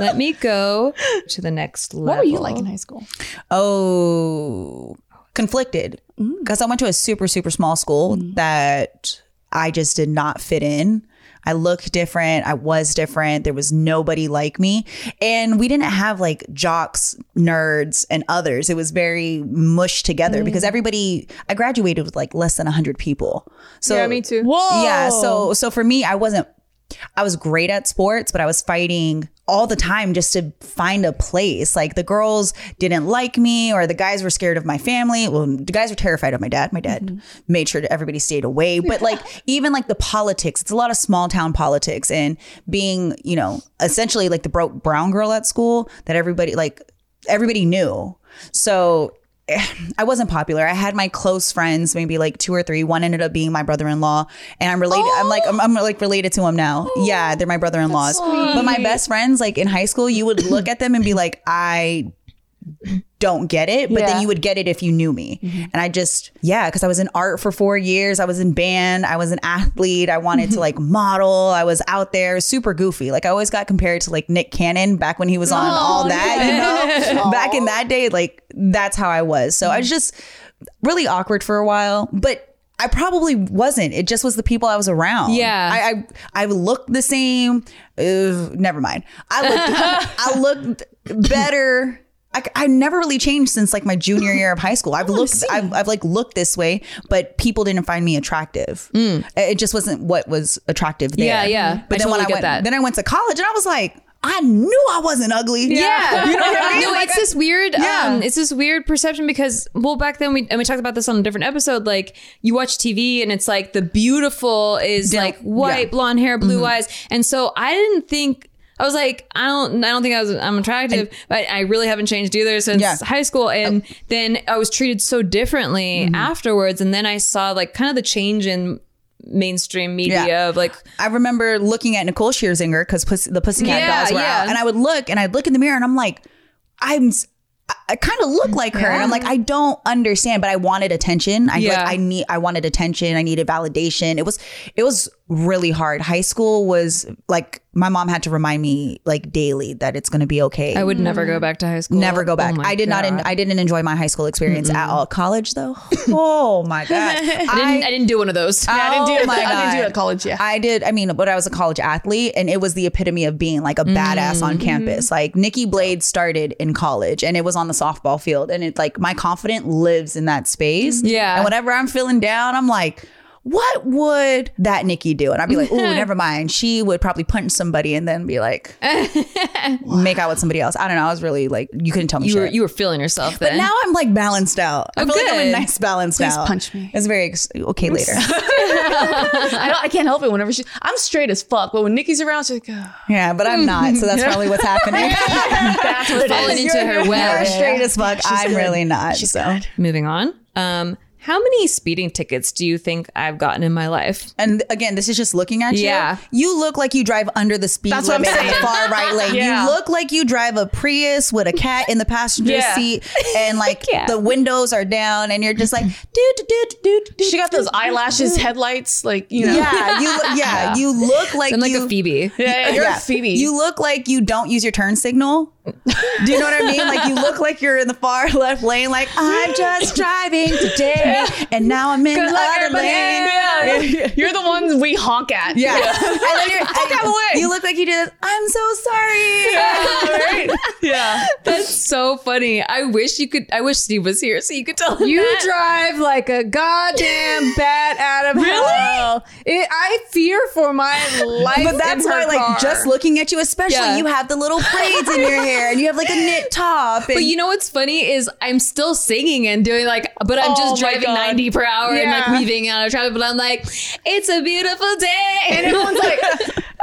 S1: Let me go to the next level.
S3: What were you like in high school?
S2: Oh, conflicted.
S4: Mm.
S2: Because I went to a super, super small school that I just did not fit in. I looked different. I was different. There was nobody like me. And we didn't have like jocks, nerds, and others. It was very mushed together
S4: Mm.
S2: because everybody, I graduated with like less than 100 people. So,
S4: yeah, me too.
S3: Whoa.
S2: yeah so so for me i wasn't i was great at sports but i was fighting all the time just to find a place like the girls didn't like me or the guys were scared of my family well the guys were terrified of my dad my dad made sure that everybody stayed away but like even like the politics it's a lot of small town politics and being you know essentially like the broke brown girl at school that everybody like everybody knew so I wasn't popular. I had my close friends, maybe like two or three. One ended up being my brother-in-law, and I'm related. I'm like I'm, I'm like related to him now. Yeah, they're my brother-in-laws. But my best friends, like in high school, you would look at them and be like, I don't get it. But then
S6: Yeah.
S2: you would get it if you knew me. And I just yeah, because I was in art for four years. I was in band. I was an athlete. I wanted to like model. I was out there, super goofy. Like I always got compared to like Nick Cannon back when he was on all that. You know, back in that day, like that's how I was. So I was just really awkward for a while, but I probably wasn't. It just was the people I was around.
S1: Yeah.
S2: I I, I looked the same. Ugh, never mind. I looked I looked better. I, I never really changed since like my junior year of high school.
S1: Oh,
S2: I've looked, I've, I've like looked this way, but people didn't find me attractive. It it just wasn't what was attractive there.
S1: Mm. Yeah, yeah.
S2: But
S1: I
S2: then when
S1: totally
S2: I
S1: get
S2: went,
S1: that.
S2: then I went to college and I was like, I knew I wasn't ugly.
S1: Yeah,
S2: you know what I mean?
S1: No,
S2: Like,
S1: it's this weird.
S2: Yeah.
S1: Um, it's this weird perception because well, back then we and we talked about this on a different episode. Like you watch TV and it's like the beautiful is
S2: Yeah. Mm-hmm.
S1: like white,
S2: Yeah.
S1: blonde hair, blue eyes, and so I didn't think. I was like, I don't, I don't think I was, I'm attractive, but I really haven't changed either since
S2: Yeah. Oh.
S1: high school. And then I was treated so differently
S2: Mm-hmm.
S1: afterwards. And then I saw like kind of the change in mainstream media
S2: Yeah.
S1: of like,
S2: I remember looking at Nicole Scherzinger because pussy, the Pussycat
S1: Yeah,
S2: Dolls were
S1: yeah.
S2: out, and I would look and I'd look in the mirror and I'm like, I'm. s- I- I kind of look like her. And I'm like, I don't understand, but I wanted attention. I
S1: Yeah.
S2: like, I need, I wanted attention. I needed validation. It was, it was really hard. High school was like, my mom had to remind me like daily that it's going to be okay.
S1: I would never go back to high school.
S2: Mm. never go
S1: Oh
S2: back.
S1: my
S2: I did not, en-
S1: God.
S2: I didn't enjoy my high school experience at all. College though. Oh my God.
S1: I didn't, I didn't do one of those.
S3: I didn't do
S2: Oh
S3: it.
S2: my
S3: I didn't do
S2: God.
S3: it at college. Yeah.
S2: I did. I mean, but I was a college athlete, and it was the epitome of being like a badass
S3: Mm-hmm.
S2: on campus. Like Nikki Blade started in college, and it was on the softball field, and it's like my confidence lives in that space.
S1: Yeah.
S2: And whenever I'm feeling down, I'm like. What would that Nikki do? And I'd be like, oh, never mind. She would probably punch somebody and then be like, make out with somebody else. I don't know. I was really like, you couldn't tell me
S1: you
S2: shit.
S1: were you were feeling yourself
S2: but
S1: then.
S2: now I'm like balanced out. I
S1: Oh,
S2: feel like I'm a
S1: good.
S2: nice balanced
S3: Please
S2: out.
S3: punch me.
S2: It's very, ex- okay, later.
S3: I, don't, I can't help it whenever she. I'm straight as fuck, but when Nikki's around, she's like, oh.
S2: yeah, but I'm not. So that's probably what's happening.
S3: that's what
S1: falling into her
S2: You're
S1: web.
S2: straight as fuck. I'm really not. so
S1: Moving on. Um, how many speeding tickets do you think I've gotten in my life?
S2: and again, this is just looking at you.
S1: Yeah.
S2: You look like you drive under the speed
S3: That's what I'm
S2: limit in the
S3: saying.
S2: far right lane.
S3: Yeah.
S2: You look like you drive a Prius with a cat in the passenger
S3: Yeah.
S2: seat and like
S1: Yeah.
S2: the windows are down and you're just like dude dude dude
S3: She got those eyelashes, headlights, like you know.
S2: Yeah, you look, yeah, you look like
S1: I'm like
S2: you
S1: a Phoebe.
S3: Yeah, you're
S2: uh, yeah.
S3: a Phoebe.
S2: You look like you don't use your turn signal. Do you know what I mean? Like you look like you're in the far left lane. Like I'm just driving today, and now I'm in the other lane.
S3: Yeah. You're the ones we honk at.
S2: Yeah. And then you're,
S3: out of the way.
S2: You look like you did. this, I'm so sorry.
S3: Right? Yeah.
S1: That's so funny. I wish you could. I wish Steve was here so you could tell him.
S5: You
S1: that.
S5: drive like a goddamn bat out of hell. It, I fear for my life.
S2: But that's
S5: in her
S2: why, like,
S5: car.
S2: just looking at you, especially
S1: Yeah.
S2: you have the little braids in your hair and you have like a knit top. And
S1: But you know what's funny is I'm still singing and doing like, but I'm
S3: Oh
S1: just
S3: my
S1: driving
S3: God.
S1: 90 per hour and
S3: Yeah.
S1: like weaving out of traffic. But I'm like, it's a beautiful day. And everyone's like,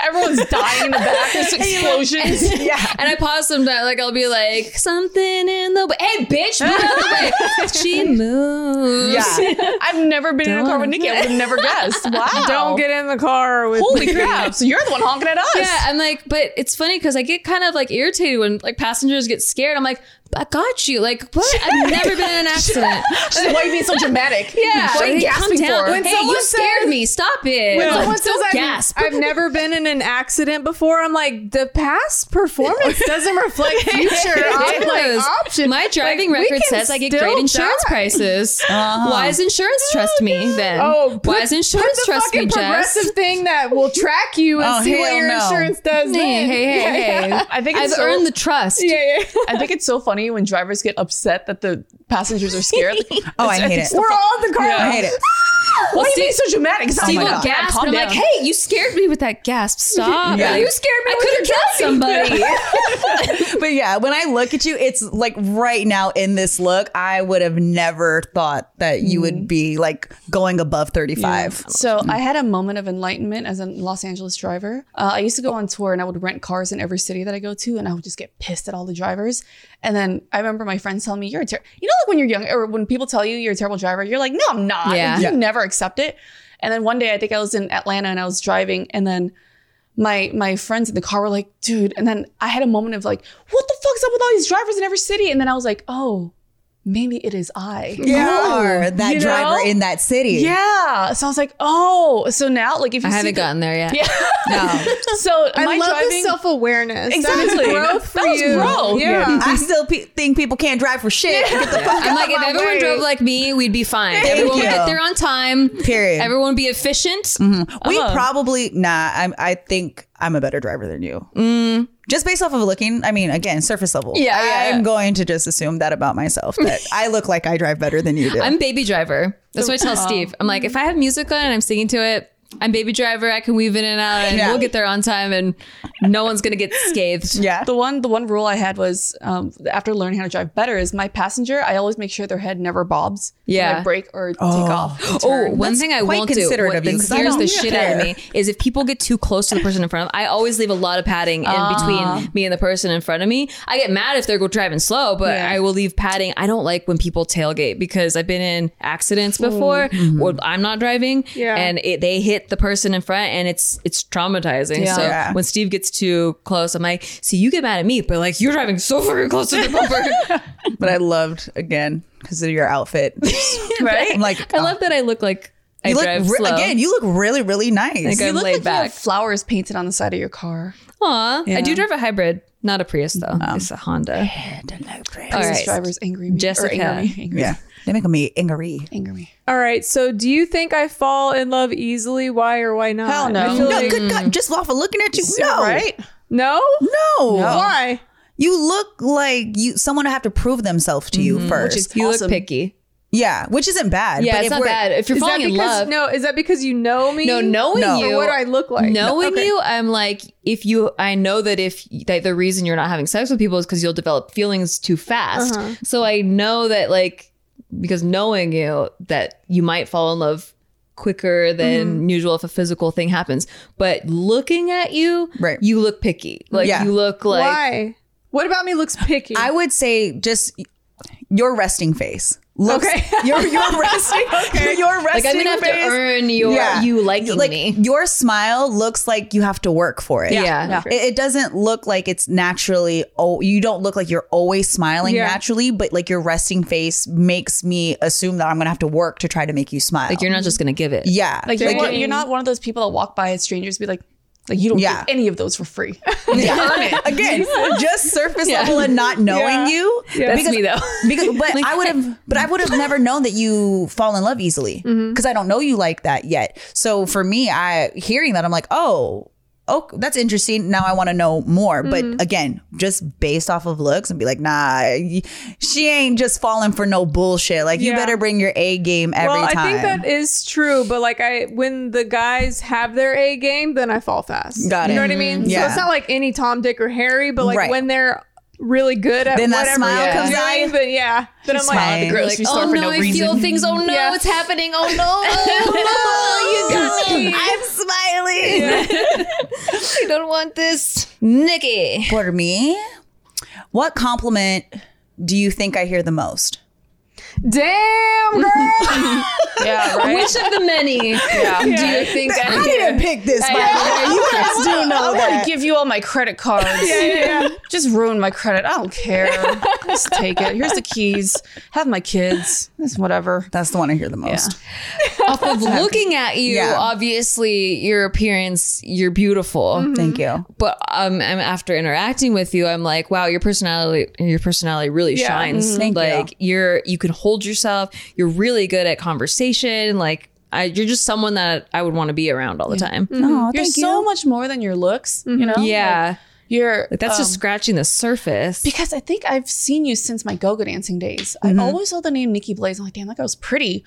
S3: Everyone's dying in the back. There's explosions.
S1: yeah. And I pause sometimes, like I'll be like, something in the way. Hey, bitch, move out the way. She moves.
S2: yeah.
S3: I've never been in a car with Nikki. I would have never guessed. Wow.
S5: don't get in the car with
S3: Holy crap. So you're the one honking at us.
S1: Yeah, I'm like, but it's funny because I get kind of like irritated when like passengers get scared. I'm like, I got you. Like, what? I've never been in an accident.
S3: She's, why are you being so dramatic?
S1: Yeah,
S3: What are you
S1: Like,
S3: gasping for?
S1: Hey, you
S5: says-
S1: scared me. Stop it.
S5: When
S1: Like,
S5: someone says
S1: don't
S5: I've,
S1: gasp.
S5: I've never been in an accident before, I'm like, the past performance doesn't reflect future op- like,
S1: Ridiculous.
S5: options.
S1: My driving
S5: Like, we
S1: record
S5: can
S1: says I get great
S5: still
S1: insurance
S5: die.
S1: prices. Why does insurance trust me then?
S5: Oh, put-
S1: Why does insurance
S5: It's the
S1: trust me,
S5: fucking
S1: Jess?
S5: progressive thing that will track you and
S2: Oh,
S5: see what
S2: hell
S5: your
S2: no.
S5: insurance does.
S1: Hey,
S5: then.
S1: hey, hey, hey.
S3: I think
S1: I've
S3: it's so-
S1: earned the trust.
S5: Yeah, yeah.
S3: I think it's so funny when drivers get upset that the passengers are scared.
S2: Oh, I hate it.
S5: We're all in the car.
S2: I hate it.
S3: Why are you being so dramatic? It's not
S1: Steve
S2: my
S1: will
S2: God.
S1: gasp,
S3: Oh Calm
S1: and I'm like,
S3: down.
S1: "Hey, you scared me with that gasp. Stop!
S2: Yeah.
S1: You scared me. I could have killed somebody."
S2: But yeah, when I look at you, it's like right now in this look, I would have never thought that you would be like going above 35.
S3: So I had a moment of enlightenment as a Los Angeles driver. Uh, I used to go on tour and I would rent cars in every city that I go to, and I would just get pissed at all the drivers. And then I remember my friends telling me, "You're a ter-. you know like when you're young or when people tell you you're a terrible driver, you're like, no, I'm not. Like,
S1: Yeah.
S3: you
S1: Yeah.
S3: never accept it." And then one day I think I was in Atlanta and I was driving, and then my my friends in the car were like, "Dude," and then I had a moment of like, "What the fuck's up with all these drivers in every city?" And then I was like, "Oh, maybe it is I."
S2: You are that
S3: you
S2: driver
S3: know?
S2: in that city.
S3: Yeah. So I was like, oh, so now like if you
S1: I
S3: see
S1: haven't
S3: the-
S1: gotten there yet.
S2: No.
S3: so
S5: I
S3: my
S5: love
S3: driving
S5: this self awareness.
S3: exactly
S5: growth for
S3: that was
S5: you.
S3: growth.
S5: Yeah.
S2: I still pe- think people can't drive for shit. Get the fuck
S1: I'm
S2: out
S1: like, if
S2: of my
S1: everyone
S2: way.
S1: drove like me, we'd be fine. Everyone would
S2: you.
S1: get there on time.
S2: Period. Mm-hmm.
S1: Everyone would be efficient.
S2: we probably nah. I'm. I think I'm a better driver than you. Just based off of looking. I mean, again, surface level.
S3: Yeah, yeah.
S2: I'm going to just assume that about myself that I look like I drive better than you do.
S1: I'm baby driver. That's what I tell Steve. I'm like, if I have music on and I'm singing to it, I'm baby driver. I can weave in and out, and
S2: Yeah.
S1: we'll get there on time, and no one's gonna get scathed.
S2: yeah.
S3: The one the one rule I had was um, after learning how to drive better is my passenger. I always make sure their head never bobs. when
S1: Yeah.
S3: I brake or take off. and
S1: Oh,
S3: turn.
S1: one thing I
S2: quite
S1: won't do
S2: considerate
S1: what-
S2: of you,
S1: that
S2: 'cause I
S1: scares the
S2: don't
S1: shit out of
S2: care.
S1: me is if people get too close to the person in front of. I always leave a lot of padding
S2: Ah.
S1: in between me and the person in front of me. I get mad if they're go- driving slow, but
S3: Yeah.
S1: I will leave padding. I don't like when people
S2: Mm-hmm.
S1: tailgate because I've been in accidents before. Or I'm not driving,
S5: Yeah.
S1: and it, they hit hit the person in front and it's it's traumatizing. So
S2: Yeah.
S1: when Steve gets too close, I'm like, see, you get mad at me, but like you're driving so fucking close to the bumper.
S2: But I loved again because of your outfit.
S1: right?
S2: I'm like, "Oh,
S1: I love that I look like I
S2: you look
S1: drive
S2: re-
S1: slow.
S2: again. You look really, really nice.
S1: Like, I'm laid back.
S3: flowers painted on the side of your car.
S1: Aw, I do drive a hybrid, not a Prius though. It's a Honda. All
S3: All
S1: right,
S3: right. driver's angry me. or
S1: Jessica.
S3: anger me. Anger,
S2: Oh, yeah, they make me angry.
S3: anger me.
S5: All right. So, do you think I fall in love easily? Why or why not?
S3: Hell no.
S5: I
S2: No,
S5: feel like-
S2: good God, just off of looking at you. No,
S3: Right?
S5: no.
S2: No.
S5: Why?
S2: You look like you someone will have to prove themselves to you first.
S1: Mm-hmm, You
S3: Awesome.
S1: look picky.
S2: yeah, which isn't bad.
S1: Yeah,
S2: but
S1: it's
S2: if
S1: not
S2: we're-
S1: bad. If you're
S5: Is that
S1: falling in
S5: because
S1: love,
S5: no? Is that because you know me?
S1: No, knowing
S2: No.
S1: you.
S5: Or what do I look like?
S1: Knowing
S5: Okay.
S1: you, I'm like, if you, I know that if that the reason you're not having sex with people is because you'll develop feelings too fast.
S5: Uh-huh.
S1: So I know that, like, because knowing you, that you might fall in love quicker than
S5: Mm-hmm.
S1: usual if a physical thing happens. But looking at you,
S2: Right.
S1: you look picky. Like
S2: Yeah.
S1: you look like
S5: Why? What about me looks picky?
S2: I would say just your resting face. Looks, okay. Your your resting your resting
S1: like I'm gonna have
S2: face.
S1: to earn your you liking
S2: like
S1: me.
S2: your smile looks like you have to work for it.
S1: Yeah. Yeah.
S2: It, it doesn't look like it's naturally. Oh, you don't look like you're always smiling
S5: Yeah.
S2: naturally, but like your resting face makes me assume that I'm gonna have to work to try to make you smile.
S1: Like you're not just gonna give it.
S2: yeah,
S3: Like, you're, one- you're not one of those people that walk by and strangers be like, like you don't
S2: Yeah.
S3: get any of those for free.
S2: again, just surface level and not knowing you.
S1: That's me, though.
S2: because, but I would have, but I would have never known that you fall in love easily because I don't know you like that yet. So for me, I hearing that I'm like, oh. Oh, that's interesting. Now I want to know more. But again, just based off of looks and be like, nah, y- she ain't just falling for no bullshit. Like, you
S5: Yeah.
S2: better bring your A game every
S5: well,
S2: time.
S5: I think that is true, but like I, when the guys have their A game, then I fall fast.
S2: Got
S5: You know
S2: it.
S5: what I mean?
S2: Yeah.
S5: So it's not like any Tom, Dick, or Harry, but like
S2: Right.
S5: when they're really good at
S2: Then that
S5: whatever
S2: smile
S5: they're
S2: comes
S5: doing,
S2: out.
S5: Then yeah, then I'm
S2: Smile.
S5: like,
S2: You're
S5: "Oh,
S2: like,
S5: grocery store
S1: Oh
S5: for
S1: no, I feel things. Oh no,
S5: Yeah.
S1: it's happening. Oh no, oh, no, you got me.
S2: I'm smiling.
S1: I don't want this. Nikki.
S2: For me, what compliment do you think I hear the most?
S5: Damn, girl.
S3: yeah, right.
S1: Which of the many do you think I
S2: didn't pick this, by the way. You guys do know
S3: I want to give you all my credit cards. Just ruin my credit. I don't care. Just take it. Here's the keys. Have my kids. It's whatever.
S2: That's the one I hear the most.
S1: off of looking at you?
S2: Yeah.
S1: Obviously, your appearance, you're beautiful.
S3: Mm-hmm.
S2: Thank you.
S1: But um, I'm after interacting with you, I'm like, wow, your personality, your personality really shines.
S2: Thank you.
S1: like you're, you can hold yourself. You're really good at conversation. Like I, you're just someone that I would want to be around all the time.
S2: Oh,
S3: You're so much more than your looks. You know.
S1: Yeah,
S3: Like, you're.
S1: Mm-hmm. like that's
S3: um,
S1: just scratching the surface.
S3: because I think I've seen you since my go-go dancing days. I always saw the name Nikki Blaze. I'm like, damn, that girl's pretty.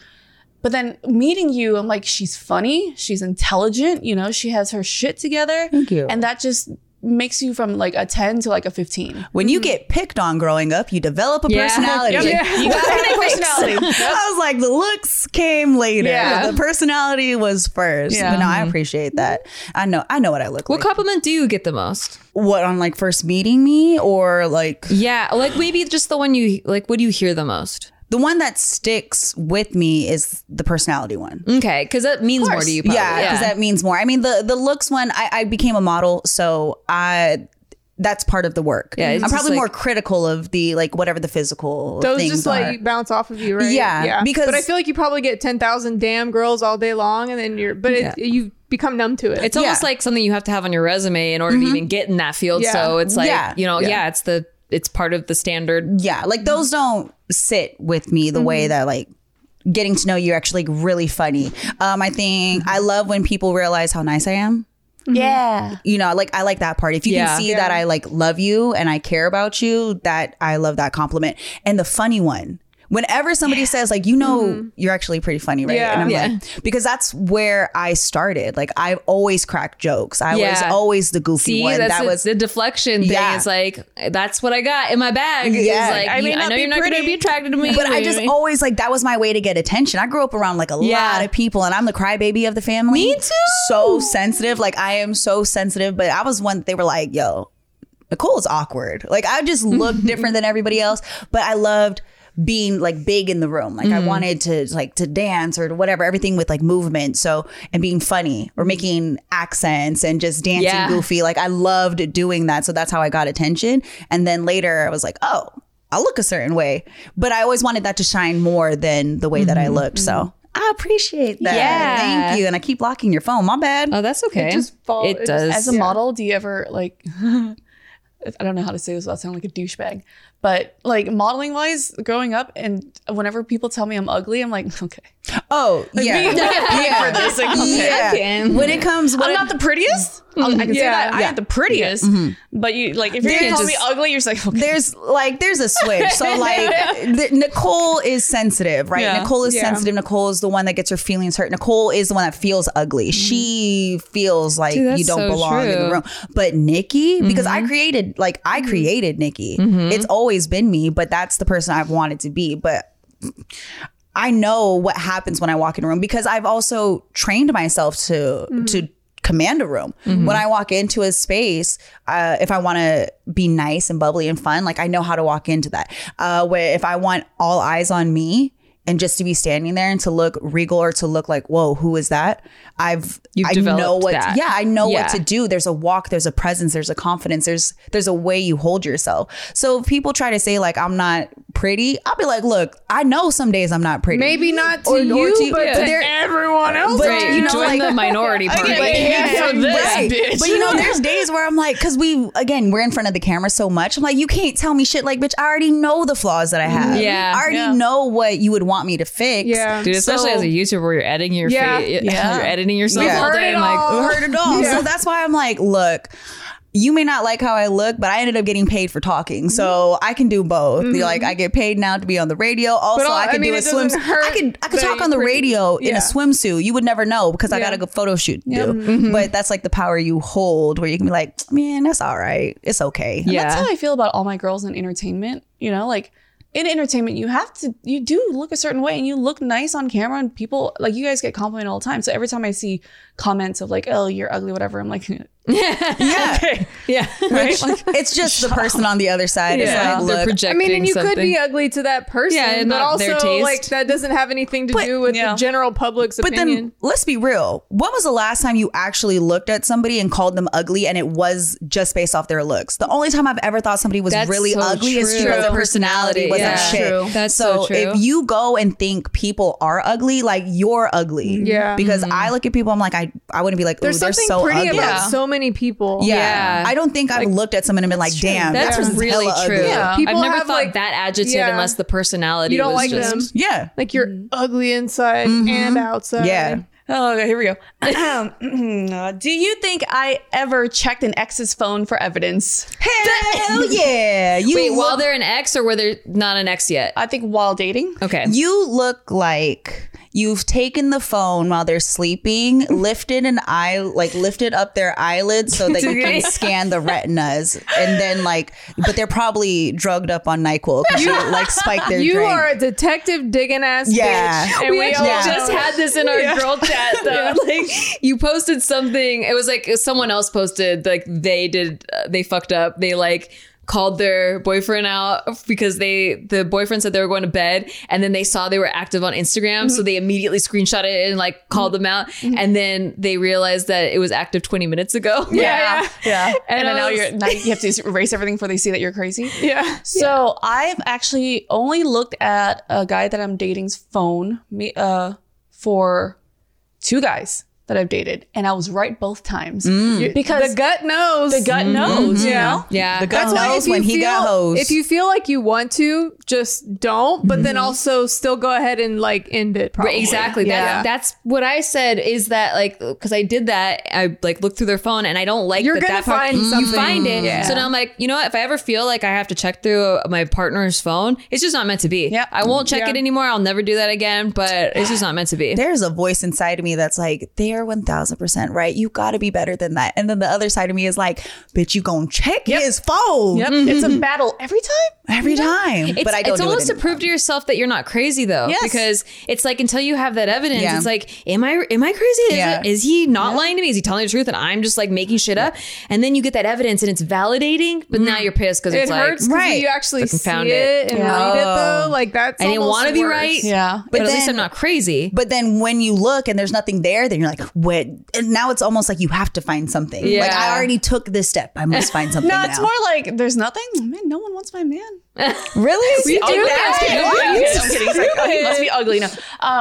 S3: But then meeting you, I'm like, she's funny. She's intelligent. You know, she has her shit together. Thank
S2: you.
S3: And that just makes you from like a 10 to like a 15.
S2: When you get picked on growing up, you develop a
S1: Yeah.
S2: personality.
S3: You gotta have a personality.
S2: I was like, the looks came later.
S3: Yeah.
S2: The personality was first.
S3: Yeah. Mm-hmm.
S2: But no, I appreciate that. I know I know what I look
S1: What
S2: like.
S1: compliment do you get the most?
S2: what on like first meeting me or like
S1: Yeah, like maybe just the one you like. What do you hear the most?
S2: the one that sticks with me is the personality one.
S1: Okay, because that means more to you. Probably.
S2: yeah because that means more i mean the the looks one I, I became a model so i that's part of the work
S1: Yeah, it's
S2: i'm
S1: just
S2: probably
S1: like-
S2: more critical of the like whatever the physical
S5: Those
S2: things
S5: just
S2: are
S5: like bounce off of you, right?
S2: Yeah, because-
S5: but I feel like you probably get ten thousand damn girls all day long, and then you're, but it, you become numb to it.
S1: it's almost
S2: yeah. Mm-hmm.
S1: like something you have to have on your resume in order to even get in that field.
S5: Yeah.
S1: So it's like
S2: Yeah.
S1: you know, yeah. it's the it's part of the standard.
S2: yeah like those don't sit with me the
S1: Mm-hmm.
S2: way that like getting to know you're actually really funny um i think i
S1: Mm-hmm.
S2: love when people realize how nice i am
S3: Yeah.
S2: you know like i like that part if you
S1: Yeah.
S2: can see that i like love you and i care about you that i love that compliment and the funny one whenever somebody says like you know you're actually pretty funny right
S5: Yeah.
S2: and i'm
S1: Mm-hmm. Yeah.
S2: like because that's where i started like i've always cracked jokes i was
S1: Yeah.
S2: always the goofy
S1: See,
S2: one
S1: that's
S2: that
S1: the-
S2: was
S1: the deflection thing.
S2: Yeah.
S1: It's like that's what I got in my bag.
S2: Yeah.
S1: It's like
S2: I
S1: you-
S2: may
S1: I
S2: not
S1: know
S2: be
S1: you're not going to
S2: pretty,
S1: be attracted to me,
S2: but I just
S1: maybe.
S2: always like that was my way to get attention. I grew up around like a
S1: Yeah.
S2: lot of people, and I'm the crybaby of the family.
S1: Me too.
S2: So sensitive. Like I am so sensitive. But I was one. They were like, "Yo, Nicole is awkward." Like I just look different than everybody else. But I loved being like big in the room. Like
S1: Mm-hmm.
S2: I wanted to like to dance or whatever, everything with like movement. So and being funny or making accents and just dancing
S1: Yeah.
S2: goofy. Like I loved doing that. So that's how I got attention. And then later I was like, oh, I look a certain way. But I always wanted that to shine more than the way that I looked. So I appreciate that.
S1: Mm-hmm. Yeah.
S2: Thank you. And I keep locking your phone. My bad.
S1: Oh, that's okay. It,
S4: just fall- it just-
S1: does.
S3: As a model, do you ever like? I don't know how to say this without sounding like a douchebag, but like modeling wise, growing up, and whenever people tell me I'm ugly, I'm like, okay,
S2: Oh, yeah. yeah. Yeah.
S1: Okay.
S2: When it comes, when
S3: I'm
S2: it-
S3: not the prettiest. I'll- I can say that I ain't the prettiest, but you like if you're
S2: There's
S3: gonna call me
S2: just-
S3: ugly, you're Mm-hmm. just like, okay,
S2: there's like there's a switch. So like the, Nicole is sensitive, right?
S3: Yeah.
S2: Nicole is sensitive. Nicole is the one that gets her feelings hurt. Nicole is the one that feels ugly. She feels like
S1: Mm-hmm. Dude, that's
S2: you don't
S1: so
S2: belong in the
S1: true. Mm-hmm.
S2: room. But Nikki, because I created like I created Nikki. It's always been me, but that's the person I've wanted to be. But I know what happens when I walk in a room because I've also trained myself to
S1: Mm-hmm.
S2: to command a room. When I walk into a space, uh, if I want to be nice and bubbly and fun, like I know how to walk into that. Uh, where if I want all eyes on me and just to be standing there and to look regal or to look like whoa, who is that? I've
S1: You've
S2: I know
S1: developed
S2: what
S1: that.
S2: yeah, I know
S1: Yeah.
S2: what to do. There's a walk, there's a presence, there's a confidence, there's there's a way you hold yourself. So if people try to say like I'm not pretty, I'll be like, look, I know some days I'm not pretty.
S5: Maybe not to
S2: Or- or
S5: you,
S2: to-
S5: but
S2: yeah.
S5: to
S2: There-
S5: everyone else.
S2: but
S1: Right.
S2: you know,
S1: Join
S2: like
S1: the minority party.
S5: yeah. for this
S2: Right.
S5: bitch.
S2: But you know, there's days where I'm like, because we again, we're in front of the camera so much. I'm like, you can't tell me shit. Like, bitch, I already know the flaws that I have.
S1: Yeah.
S2: I already know what you would want me to fix.
S5: Yeah.
S1: Dude, especially
S2: So-
S1: as a YouTuber where you're editing your
S5: Yeah.
S1: face,
S3: Yeah.
S1: you're editing yourself
S2: Yeah.
S1: all
S5: Heard
S1: day.
S5: it
S1: and
S5: all.
S1: like,
S2: Heard it all. So that's why I'm like, look. You may not like how I look, but I ended up getting paid for talking, so
S5: Mm-hmm.
S2: I can do both. You're Like I get paid now to be on the radio. Also,
S5: all-
S2: I can
S5: I mean,
S2: do a
S5: it doesn't
S2: swimsuit.
S5: hurt
S2: I could I could
S5: that
S2: talk
S5: you're
S2: on the
S5: pretty.
S2: radio in a
S5: Yeah.
S2: swimsuit. You would never know because I got a good photo shoot to do.
S5: Mm-hmm.
S2: But that's like the power you hold, where you can be like, man, that's all right. It's okay.
S1: Yeah.
S3: that's how I feel about all my girls in entertainment. You know, like in entertainment, you have to, you do look a certain way and you look nice on camera and people, like you guys get complimented all the time. So every time I see comments of like, oh, you're ugly, whatever, I'm like,
S2: Yeah,
S1: yeah.
S2: Which- it's just the person on the other side. is
S1: They're
S2: like, look,
S5: I
S1: projecting
S5: mean, and you
S1: something.
S5: could be ugly to that person,
S1: Yeah, and
S5: but
S1: not their
S5: also
S1: taste.
S5: like that doesn't have anything to do with
S3: yeah.
S5: the general public's
S2: But
S5: opinion.
S2: then let's be real. When was the last time you actually looked at somebody and called them ugly and it was just based off their looks? The only time I've ever thought somebody was
S1: That's
S2: really
S1: so
S2: ugly is
S1: true.
S2: because their personality wasn't
S1: Yeah.
S2: shit.
S5: True.
S1: That's so true.
S2: if you go and think people are ugly, like you're ugly.
S5: Mm-hmm. Yeah.
S2: Because
S1: Mm-hmm.
S2: I look at people, I'm like, I, I wouldn't be like, ooh,
S5: There's
S2: they're
S5: something
S2: so
S5: pretty
S2: ugly.
S5: about
S2: Yeah.
S5: so many people.
S1: Yeah.
S2: I don't think I've looked at someone and been like, damn,
S1: That's
S2: that person's
S1: really
S2: hella
S1: true.
S2: ugly.
S5: Yeah. People
S1: I've never
S5: have,
S1: thought
S5: like-
S1: that adjective
S5: Yeah.
S1: unless the personality
S5: You don't
S1: was
S5: like
S1: just,
S5: them.
S2: Yeah.
S5: Like you're ugly inside and outside.
S2: Yeah.
S3: oh, okay, here we go. Uh, do you think I ever checked an ex's phone for evidence?
S2: Hell yeah. You
S1: Wait, while
S2: look-
S1: they're an ex or were they not an ex yet?
S3: I think while dating.
S1: Okay.
S2: You look like you've taken the phone while they're sleeping, lifted an eye, like lifted up their eyelids so that you can scan the retinas, and then like, but they're probably drugged up on Nyquil because you like spike their
S5: You
S2: drink.
S5: are a detective digging ass
S2: Yeah.
S5: bitch. And we, all
S2: actually Yeah.
S1: just had this in our girl chat though. Like you posted something. It was like someone else posted like they did uh, they fucked up. They like called their boyfriend out because they the boyfriend said they were going to bed and then they saw they were active on Instagram
S5: Mm-hmm.
S1: so they immediately screenshot it and like called them out and then they realized that it was active 20 minutes ago.
S5: Yeah.
S3: Yeah.
S1: And
S3: And, I
S1: I
S3: know
S1: was-
S3: you're now you have to erase everything before they see that you're crazy.
S5: Yeah.
S3: So I've actually only looked at a guy that I'm dating's phone me uh for two guys that I've dated, and I was right both times because
S5: The gut knows.
S3: the gut knows, you know.
S1: Yeah.
S2: the gut
S5: why
S2: knows
S5: if you
S2: when he got
S5: feel-
S2: hosed.
S5: If you feel like you want to, just don't. But then also still go ahead and like end it. Probably.
S1: Right, exactly.
S5: Yeah.
S1: That, that's what I said is that like because I did that, I like looked through their phone and I don't like
S5: You're
S1: that,
S5: gonna
S1: that part-
S5: find
S1: You
S5: something.
S1: find it.
S5: Yeah.
S1: So now I'm like, you know what? If I ever feel like I have to check through uh, my partner's phone, it's just not meant to be.
S3: Yep.
S1: I won't check
S5: Yeah.
S1: it anymore. I'll never do that again. But it's just not meant to be.
S2: there's a voice inside of me that's like, they you're 1000% right. You got to be better than that. And then the other side of me is like, bitch, you going to check his phone
S3: Yep. It's a battle every time.
S2: every time.
S1: It's,
S2: but I don't
S1: it's
S2: do it
S1: almost to
S2: anymore.
S1: prove to yourself that you're not crazy though,
S2: Yes.
S1: because it's like until you have that evidence,
S2: Yeah.
S1: it's like, am I am I crazy? Is,
S2: Yeah.
S1: is he not lying to me? Is he telling the truth and I'm just like making shit up? And then you get that evidence and it's validating, but now you're pissed because
S5: It
S1: it's like
S5: hurts 'cause
S2: right.
S5: you actually
S1: Fucking
S5: see
S1: found
S5: it,
S1: it.
S5: and read it though. Like that's
S1: I didn't
S5: almost
S1: want to be
S5: worse.
S1: right,
S3: Yeah.
S1: but, at least
S2: then-
S1: I'm not crazy.
S2: But then when you look and there's nothing there, then you're like, what? And now it's almost like you have to find something. Like
S1: Yeah.
S2: I already took this step. I must find something
S3: No,
S2: now.
S3: it's more like there's nothing. Man, no one wants my man.
S2: really? We
S3: Oh, that's- I'm kidding. I'm kidding. It's like, oh, he must be ugly. No, uh,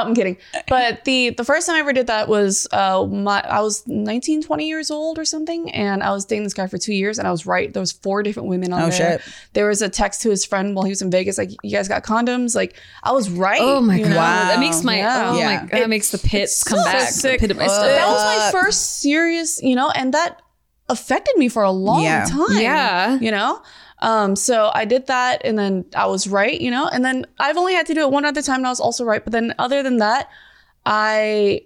S3: I'm kidding. But the the first time I ever did that was uh, my I was 19, 20 years old or something, and I was dating this guy for two years, and I was right. There was four different women on
S2: Oh,
S3: there.
S2: shit.
S3: There was a text to his friend while he was in Vegas, like, "You guys got condoms?" Like, I was right.
S1: oh my
S3: you
S1: god,
S3: know?
S1: that makes my
S3: Yeah.
S1: oh
S2: Yeah.
S1: my god, that makes the pits come
S3: so
S1: back.
S3: sick.
S1: The pit of my
S2: Ugh.
S1: stomach.
S3: That was my
S2: Fuck.
S3: first serious, you know, and that affected me for a long
S2: Yeah.
S3: time.
S1: Yeah.
S3: You know? Um, so I did that and then I was right, you know, and then I've only had to do it one other time and I was also right. But then other than that, I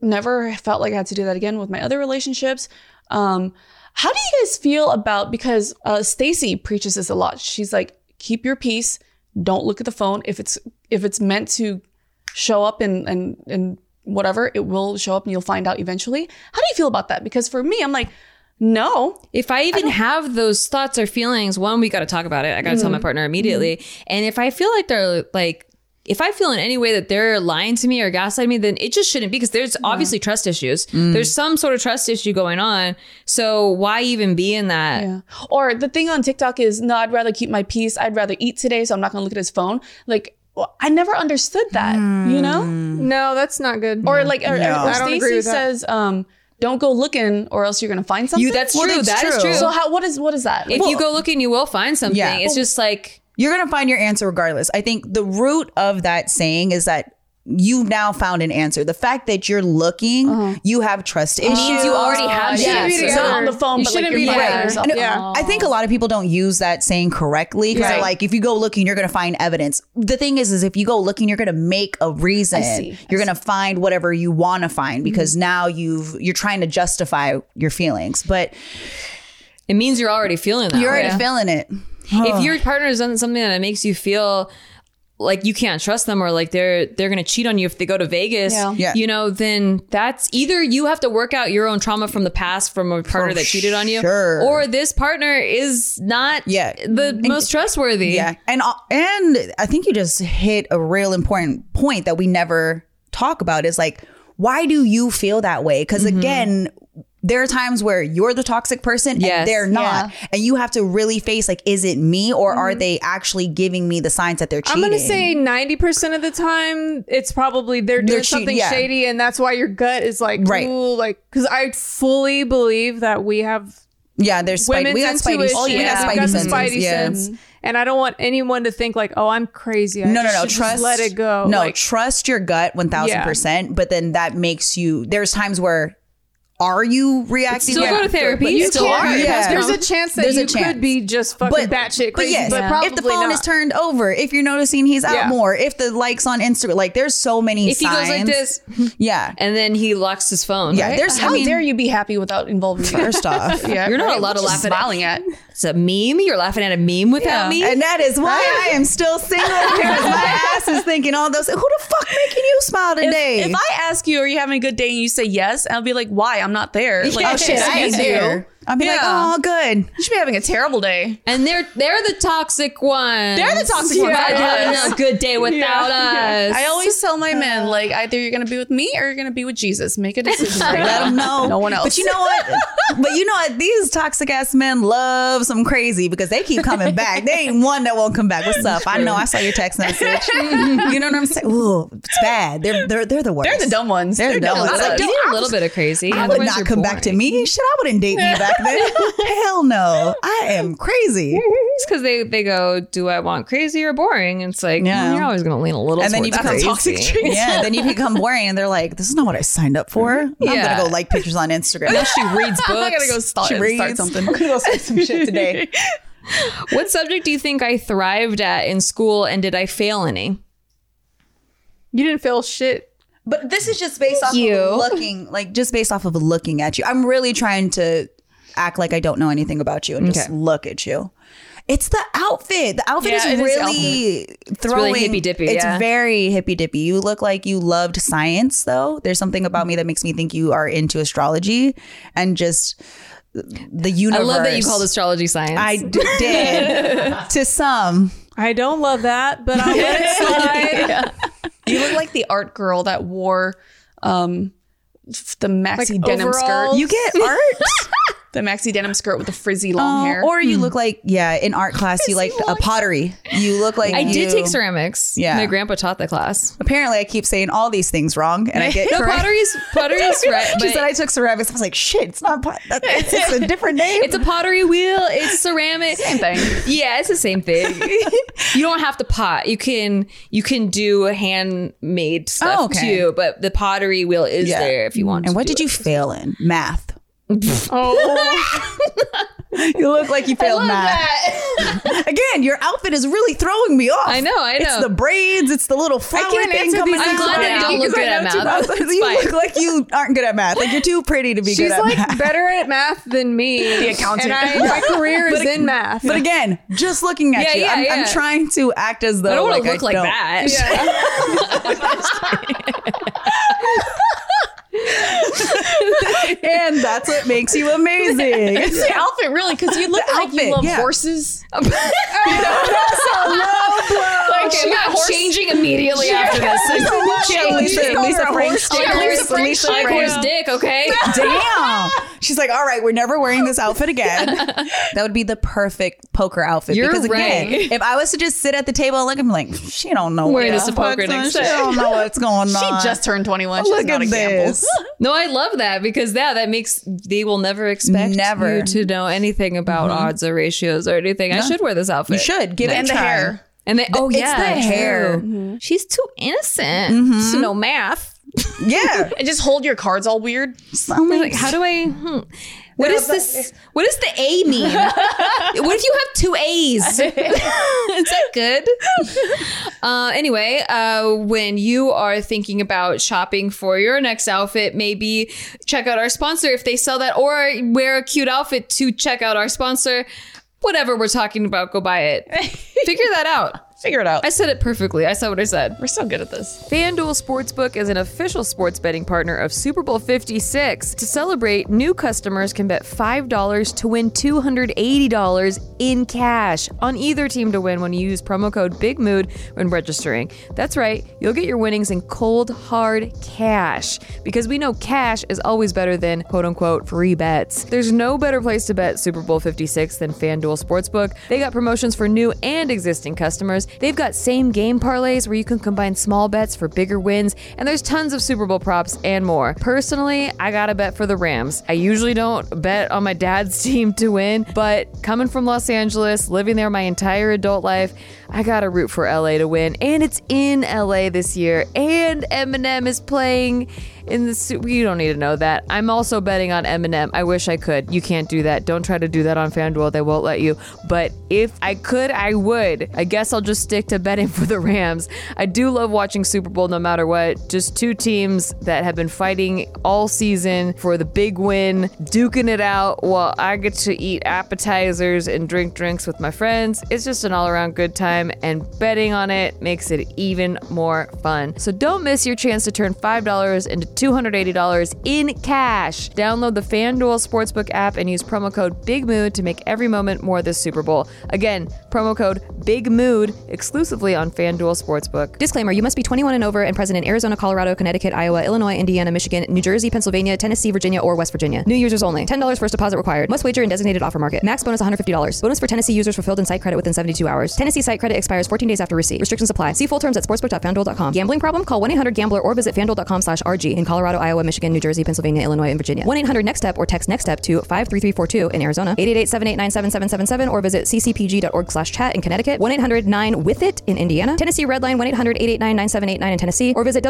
S3: never felt like I had to do that again with my other relationships. Um, how do you guys feel about because uh, Stacy preaches this a lot. She's like, keep your peace, don't look at the phone. If it's if it's meant to show up and and and whatever, it will show up and you'll find out eventually. How do you feel about that? Because for me, I'm like, no,
S1: If I even have those thoughts or feelings, one, we got to talk about it. I got to tell my partner immediately. And if I feel like they're like, if I feel in any way that they're lying to me or gaslighting me, then it just shouldn't be because there's obviously trust issues. There's some sort of trust issue going on. So why even be in that?
S3: Yeah. Or the thing on TikTok is, no, I'd rather keep my peace. I'd rather eat today, so I'm not going to look at his phone. Like, well, I never understood that, you know?
S2: Hmm.
S5: No, that's not good.
S3: Or like, or, or
S5: I don't agree
S3: Stacey
S5: with that.
S3: says, um, don't go looking or else you're going to find something.
S1: You, that's
S2: Well,
S1: true.
S2: that's
S1: That is
S2: true.
S1: true.
S3: So how, what is, what is that?
S1: if
S3: Like,
S1: you go looking, you will find something.
S2: Yeah.
S1: It's just like,
S2: you're going to find your answer regardless. I think the root of that saying is that you've now found an answer. The fact that you're looking, you have trust issues.
S1: means you already have
S3: uh, yeah,
S5: shouldn't be
S1: yes.
S5: together.
S3: so it's not on the phone,
S5: You
S3: but like
S5: shouldn't
S3: you're
S5: be
S3: fighting
S5: together.
S3: yourself.
S2: And
S5: Yeah.
S2: I think a lot of people don't use that saying correctly because they're
S5: Right.
S2: like, if you go looking, you're going to find evidence. The thing is, is if you go looking, you're going to make a reason.
S3: see. Mm-hmm.
S2: You're going to find whatever you want to find because now you've you're trying to justify your feelings, but
S1: it means you're already feeling that.
S2: you're
S1: way.
S2: already feeling it.
S1: if your partner has done something that makes you feel like you can't trust them or like they're they're gonna cheat on you if they go to Vegas,
S3: Yeah.
S2: Yeah.
S1: you know, then that's either you have to work out your own trauma from the past from a partner that cheated on you,
S2: sure.
S1: or this partner is not
S2: Yeah.
S1: the most trustworthy.
S2: Yeah, and uh, and I think you just hit a real important point that we never talk about is like, why do you feel that way? Because
S5: Mm-hmm.
S2: again. There are times where you're the toxic person
S1: Yes.
S2: and they're not. And you have to really face like, is it me or are they actually giving me the signs that they're
S5: Mm-hmm. I'm
S2: cheating?
S5: gonna say 90% of the time it's probably they're doing
S2: They're cheating,
S5: something
S2: yeah.
S5: shady and that's why your gut is like
S2: Right.
S5: ooh like cuz I fully believe that we have
S2: yeah, there's
S5: women's
S2: spidey. We got spidey.
S5: intuition.
S2: Oh, we got
S5: yeah.
S2: spidey,
S5: We've got some
S2: senses.
S5: spidey
S2: yeah.
S5: sense. And I don't want anyone to think like, oh, I'm crazy. I
S2: No, no,
S5: just
S2: no.
S5: should just
S2: Trust.
S5: let it go.
S2: No,
S5: Like,
S2: trust your gut one thousand percent. But then that makes you. There's times where are you reacting?
S1: Still go to therapy.
S5: you
S1: still
S5: can't
S1: are.
S5: because
S2: Yeah.
S5: there's a chance that
S2: There's a
S5: you
S2: chance.
S5: could be just fucking batshit crazy, but, probably
S2: if the phone
S5: not.
S2: is turned over, if you're noticing he's out
S5: Yeah.
S2: more, if the likes on Instagram, like there's so many.
S1: If he goes like
S2: signs.
S1: this
S2: yeah,
S1: and then he locks his phone.
S2: yeah.
S1: right?
S2: There's
S3: how
S2: I mean,
S3: dare you be happy without involving me?
S2: First off,
S3: Yeah,
S1: You're not allowed to
S3: What you
S1: laugh at it.
S3: smiling at.
S1: it's a meme. You're laughing at a meme without me.
S2: and that is why I am still single because my ass is thinking all those. Who the fuck making you smile today?
S3: If I ask you, are you having a good day, and you say yes, I'll be like, why? I'm not there. Like,
S2: oh shit, I ain't
S3: excuse you.
S2: there. I'll be like,
S3: Yeah.
S2: oh good.
S3: You should be having a terrible day.
S1: And they're they're the toxic ones. They're
S3: the toxic ones.
S1: having a good day without us.
S3: I always tell my men, like, either you're gonna be with me or you're gonna be with Jesus. Make a decision. right
S2: Let
S3: now.
S2: them know.
S3: No one else.
S2: But you know what? but you know what? These toxic ass men love some crazy because they keep coming back. They ain't one that won't come back. What's up? I know. I saw your text message. you know what I'm saying? Ooh, it's bad. They're they're they're the worst.
S3: They're the dumb ones.
S2: They're the dumb ones.
S1: It's like,
S2: Like,
S1: you
S2: don't-
S1: need a little bit of crazy.
S2: I would
S1: otherwise
S2: not
S1: you're
S2: come back to
S1: boring.
S2: me. Shit, I wouldn't date me back then. Hell no. I am crazy.
S1: It's because they, they go, do I want crazy or boring? And it's like,
S2: Yeah.
S1: well, you're always going to lean a little.
S2: And then you
S1: towards
S2: become
S1: crazy.
S3: toxic trait.
S2: Yeah, then you become boring, and they're like, "This is not what I signed up for." I'm
S1: Yeah.
S2: gonna go like pictures on Instagram.
S1: She reads books.
S3: I gotta go start,
S2: She
S3: start
S2: reads
S3: something.
S2: I'm gonna go say some shit today.
S1: What subject do you think I thrived at in school, and did I fail any?
S5: you didn't feel shit.
S2: But this is just based off
S7: you.
S2: of looking, like just based off of looking at you. I'm really trying to act like I don't know anything about you and just
S7: Okay.
S2: look at you. It's the outfit. The outfit
S3: Yeah,
S2: is
S3: it is the
S2: really throwing.
S7: really hippy-dippy,
S2: It's
S7: yeah.
S2: very hippy dippy. You look like you loved science, though. There's something about me that makes me think you are into astrology and just the
S7: I
S2: universe.
S7: love that you called astrology science.
S2: I d- did to some.
S1: I don't love that, but I'll let it slide.
S3: You look like the art girl that wore um f- the maxi denim
S1: overalls?
S3: skirt.
S2: You get art.
S3: the maxi denim skirt with the frizzy long
S2: Oh,
S3: hair.
S2: Or you
S7: Hmm.
S2: look like yeah, in art class you like a pottery. You look like
S7: I did
S2: you-
S7: take ceramics.
S2: Yeah.
S7: my grandpa taught the class.
S2: Apparently, I keep saying all these things wrong, and I get
S7: No,
S2: correct.
S7: pottery's pottery's right.
S2: She
S7: but
S2: said I took ceramics. I was like, shit, it's not pot. that- It's, it's a different name.
S7: it's a pottery wheel. It's ceramic. Same
S3: thing.
S7: Yeah, it's the same thing. you don't have to pot. You can you can do handmade stuff
S2: Oh, okay.
S7: too. But the pottery wheel is
S2: Yeah.
S7: there if you want.
S2: and
S7: to
S2: what
S7: do
S2: did you
S7: it.
S2: fail in? Math. oh. you look like you failed math. Again, your outfit is really throwing me off.
S7: I know, I know.
S2: It's the braids. It's the little flower
S1: can't
S2: thing
S1: answer
S2: coming
S1: these
S2: out.
S7: I'm glad that I don't look good at math.
S2: you look like you aren't good at math. Like you're too pretty to be
S1: She's
S2: good at
S1: like
S2: math.
S1: better at math than me. The
S2: accountant.
S1: And I, my career is in math.
S2: But again, just looking at
S7: Yeah,
S2: you,
S7: yeah,
S2: I'm,
S7: yeah.
S2: I'm trying to act as though
S7: I don't want to look
S2: like,
S7: like
S2: don't.
S7: that.
S2: And that's what makes you amazing.
S3: the outfit really because you look
S2: The
S3: like
S2: outfit,
S3: you love
S2: yeah.
S3: horses.
S7: Like, I'm not changing immediately after this.
S2: Lisa, Lisa, Lisa Frank
S7: Like
S2: sticker.
S7: horse,
S2: Lisa
S7: like
S2: Frank.
S7: horse dick, okay?
S2: Damn. She's like, all right, we're never wearing this outfit again. That would be the perfect poker outfit.
S7: You're
S2: because again,
S7: right.
S2: if I was to just sit at the table and look, I'm like, she don't know what
S7: Wearing this
S2: the
S7: to poker
S2: fuck's on.
S7: next
S2: She
S7: time.
S2: don't know what's going on.
S3: She just turned 21. She's
S2: look
S3: not
S2: at
S3: a gamble.
S2: this.
S7: No, I love that because yeah, that makes they will never expect
S2: Never. Mm-hmm.
S7: you to know anything about odds or ratios or anything. I should wear this outfit.
S2: You should give it
S3: And
S2: a
S3: the
S2: try.
S3: hair.
S7: And they oh
S2: it's
S7: yeah,
S2: the hair.
S7: true. Mm-hmm. She's too innocent to know math.
S2: Yeah.
S3: And just hold your cards all weird.
S2: I'm
S7: Like, how do I? Hmm. What is this? What does the A mean? what if you have two A's? is that good? Uh, anyway, uh, when you are thinking about shopping for your next outfit, maybe check out our sponsor if they sell that, or wear a cute outfit to check out our sponsor. Whatever we're talking about, go buy it. Figure that out.
S3: Figure it out.
S7: I said it perfectly. I said what I said.
S3: We're so good at this.
S1: FanDuel Sportsbook is an official sports betting partner of Super Bowl 56. To celebrate, new customers can bet $5 to win $280 in cash on either team to win when you use promo code BIGMOOD when registering. That's right, you'll get your winnings in cold, hard cash because we know cash is always better than quote unquote free bets. There's no better place to bet Super Bowl 56 than FanDuel Sportsbook. They got promotions for new and existing customers. They've got same game parlays where you can combine small bets for bigger wins, and there's tons of Super Bowl props and more. Personally, I got to bet for the Rams. I usually don't bet on my dad's team to win, but coming from Los Angeles, living there my entire adult life, I got to root for LA to win. And it's in LA this year, and Eminem is playing in the su- you don't need to know that. I'm also betting on Eminem. I wish I could. You can't do that. Don't try to do that on FanDuel. They won't let you. But if I could, I would. I guess I'll just stick to betting for the Rams. I do love watching Super Bowl no matter what. Just two teams that have been fighting all season for the big win, duking it out while I get to eat appetizers and drink drinks with my friends. It's just an all-around good time and betting on it makes it even more fun. So don't miss your chance to turn $5 into $280 in cash. Download the FanDuel Sportsbook app and use promo code BIGMOOD to make every moment more this Super Bowl. Again, promo code BIGMOOD exclusively on FanDuel Sportsbook.
S8: Disclaimer You must be 21 and over and present in Arizona, Colorado, Connecticut, Iowa, Illinois, Indiana, Michigan, New Jersey, Pennsylvania, Tennessee, Virginia, or West Virginia. New users only. $10 first deposit required. Must wager in designated offer market. Max bonus $150. Bonus for Tennessee users fulfilled in site credit within 72 hours. Tennessee site credit expires 14 days after receipt. Restrictions apply. See full terms at sportsbook.fanduel.com. Gambling problem? Call 1 800 Gambler or visit fanduel.com slash RG in Colorado, Iowa, Michigan, New Jersey, Pennsylvania, Illinois, and Virginia. 1 800 Next Step or text Next Step to 53342 in Arizona. 888 789 7777 or visit ccpg.org slash chat in Connecticut. 1 800 9 with it in Indiana. Tennessee Redline 1 800 889 9789 in Tennessee or visit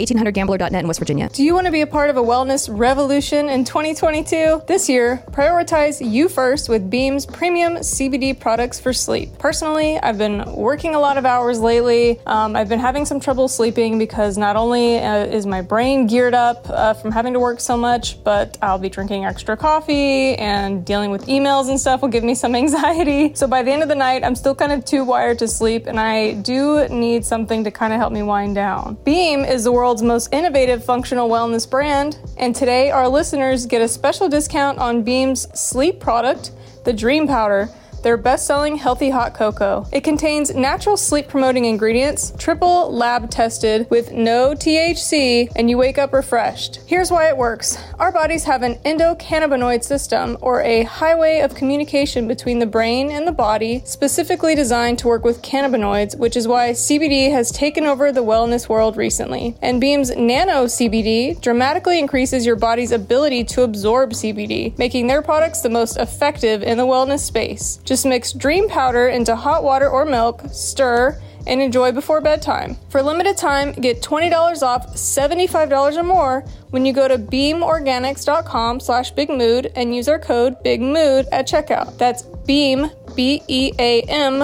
S8: www.1800gambler.net in West Virginia.
S4: Do you want to be a part of a wellness revolution in 2022? This year, prioritize you first with Beam's premium CBD products for sleep. Personally, I've been been working a lot of hours lately. Um, I've been having some trouble sleeping because not only uh, is my brain geared up uh, from having to work so much, but I'll be drinking extra coffee and dealing with emails and stuff will give me some anxiety. So by the end of the night, I'm still kind of too wired to sleep, and I do need something to kind of help me wind down. Beam is the world's most innovative functional wellness brand, and today our listeners get a special discount on Beam's sleep product, the Dream Powder their best selling healthy hot cocoa. It contains natural sleep promoting ingredients, triple lab tested with no THC, and you wake up refreshed. Here's why it works our bodies have an endocannabinoid system, or a highway of communication between the brain and the body, specifically designed to work with cannabinoids, which is why CBD has taken over the wellness world recently. And Beam's Nano CBD dramatically increases your body's ability to absorb CBD, making their products the most effective in the wellness space. Just mix dream powder into hot water or milk, stir, and enjoy before bedtime. For a limited time, get $20 off $75 or more when you go to beamorganics.com slash bigmood and use our code bigmood at checkout. That's beam, B-E-A-M,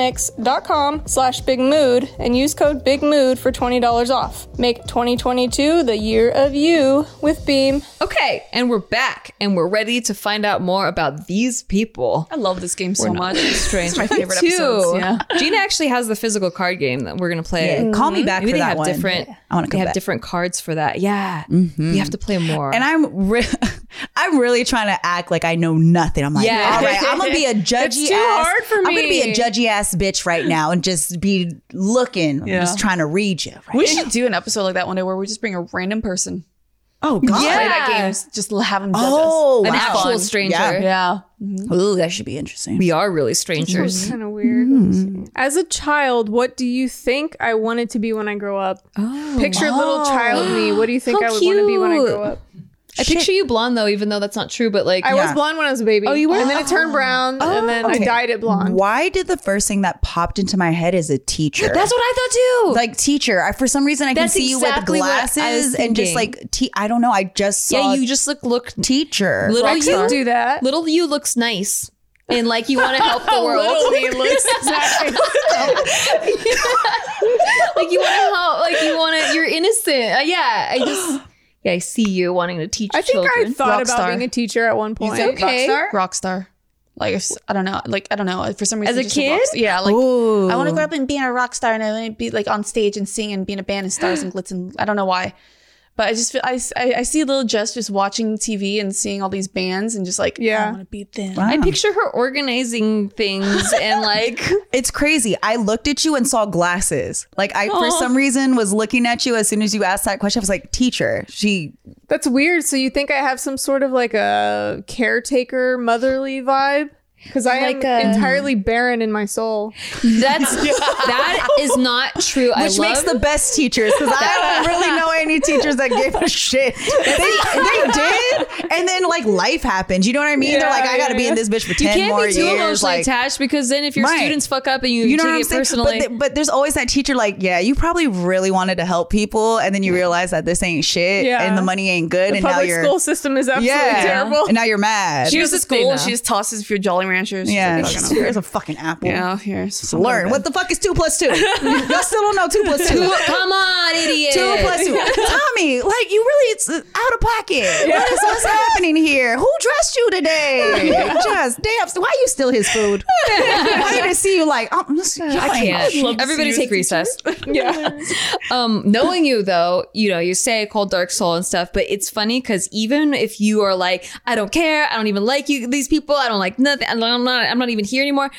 S4: organics.com slash bigmood and use code bigmood for $20 off. Make 2022 the year of you with Beam.
S1: Okay, and we're back and we're ready to find out more about these people.
S3: I love this game so much. It's strange. my favorite
S1: Two.
S3: episodes. Yeah.
S1: Gina actually has the physical card game that we're gonna play.
S2: Yeah, call me back
S1: Maybe
S2: for
S1: they
S2: that
S1: have
S2: one.
S1: different.
S2: Mm-hmm. I wanna
S1: They
S2: come
S1: have
S2: back.
S1: different cards for that. Yeah, we have to play more.
S2: And I'm re- I'm really trying to act like I know nothing. I'm like,
S1: Yeah.
S2: all right, I'm gonna be a judgy
S1: It's too
S2: ass.
S1: hard for
S2: I'm gonna be
S1: me.
S2: a judgy ass bitch right now and just be looking. I'm
S3: Yeah.
S2: just trying to read you. Right?
S3: We should do an episode like that one day where we just bring a random person.
S2: Oh God.
S3: Play that game. Just have them judge
S2: Oh,
S1: An
S2: wow.
S1: actual stranger.
S3: us.
S2: Yeah.
S3: Yeah.
S2: Ooh, that should be interesting.
S1: we are really strangers.
S4: kind of weird. As a child, what do you think I wanted to be when I grow up? Picture little child me. What do you think
S1: How
S4: I would want to be when I
S1: cute.
S4: grow up?
S1: I picture you blonde though, even though that's not true. But like,
S4: I was
S2: Yeah.
S4: blonde when I was a baby. Oh,
S1: you were?
S4: And then it turned brown, and then I
S2: Okay.
S4: dyed it blonde.
S2: Why did the first thing that popped into my head is a teacher?
S1: that's what I thought too.
S2: like teacher. I for some reason I
S1: That's
S2: can see
S1: exactly
S2: you
S1: what I
S2: with
S1: was
S2: glasses and
S1: thinking.
S2: just like te- I don't know. I just saw
S1: yeah, you just look look
S2: teacher.
S1: little
S4: I
S1: you
S4: could do that.
S1: Little you looks nice. And like you want to help the world, like you want to help, like you want to. You're innocent. Uh, yeah, I just, yeah, I see you wanting to teach.
S4: I think I
S1: children.
S4: thought
S3: Rock
S4: about
S3: star.
S4: being a teacher at one point.
S1: Okay.
S3: Rock star. Like if, I don't know, like I don't know. For some reason,
S1: a
S3: just
S1: kid?
S3: rock star. yeah. Like
S2: Ooh.
S3: I want to grow up and be a rock star, and I want to be like on stage and sing and be in a band and stars and glitz and I don't know why, but I just feel, I, I I see little Jess just watching TV and seeing all these bands and just like
S4: Yeah.
S3: I want to be them.
S1: I picture her organizing things and like
S2: It's crazy. I looked at you and saw glasses. Like I for some reason was looking at you as soon as you asked that question. I was like, teacher. She
S4: That's weird. So you think I have some sort of like a caretaker, motherly vibe? Because I am entirely barren in my soul.
S1: that's that is not true. I
S2: which
S1: love
S2: makes the best teachers because I don't really know any teachers that gave a shit. They, they did, and then like life happens. You know what I mean? They're like, I got to be in this bitch for
S1: you
S2: ten
S1: can't
S2: more
S1: be too
S2: years.
S1: emotionally
S2: Like,
S1: attached because then if your
S2: Right.
S1: students fuck up and you,
S2: you know
S1: take
S2: what I'm
S1: it
S2: saying?
S1: personally,
S2: But, th- but there's always that teacher, like, yeah, you probably really wanted to help people, and then you realize that this ain't shit,
S4: Yeah.
S2: and the money ain't good,
S4: The
S2: and now
S4: public
S2: you're
S4: school system is absolutely
S2: yeah,
S4: terrible.
S2: and now you're mad.
S3: She goes to
S1: the thing,
S3: school and
S1: though.
S3: she just tosses a few Jolly Ranchers. She's
S2: yeah,
S3: like,
S2: She's-
S3: "Fucking
S2: here's a fucking apple.
S3: Yeah, here's something
S2: Learn
S3: like
S2: what the fuck is two plus two. Y'all still don't know two plus two.
S1: come on, idiot.
S2: Two plus two. Tommy, like you really it's uh, out of pocket. What is what's happening here? Who dressed you today? Just damn. Why you steal his food? I didn't see you like. I'm just, I
S1: can't. Everybody take recess. yeah. Um, knowing you though, you know, you say cold dark soul and stuff, but it's funny because even if you are like, I don't care, I don't even like you, these people, I don't like nothing, I'm not, I'm not even here anymore.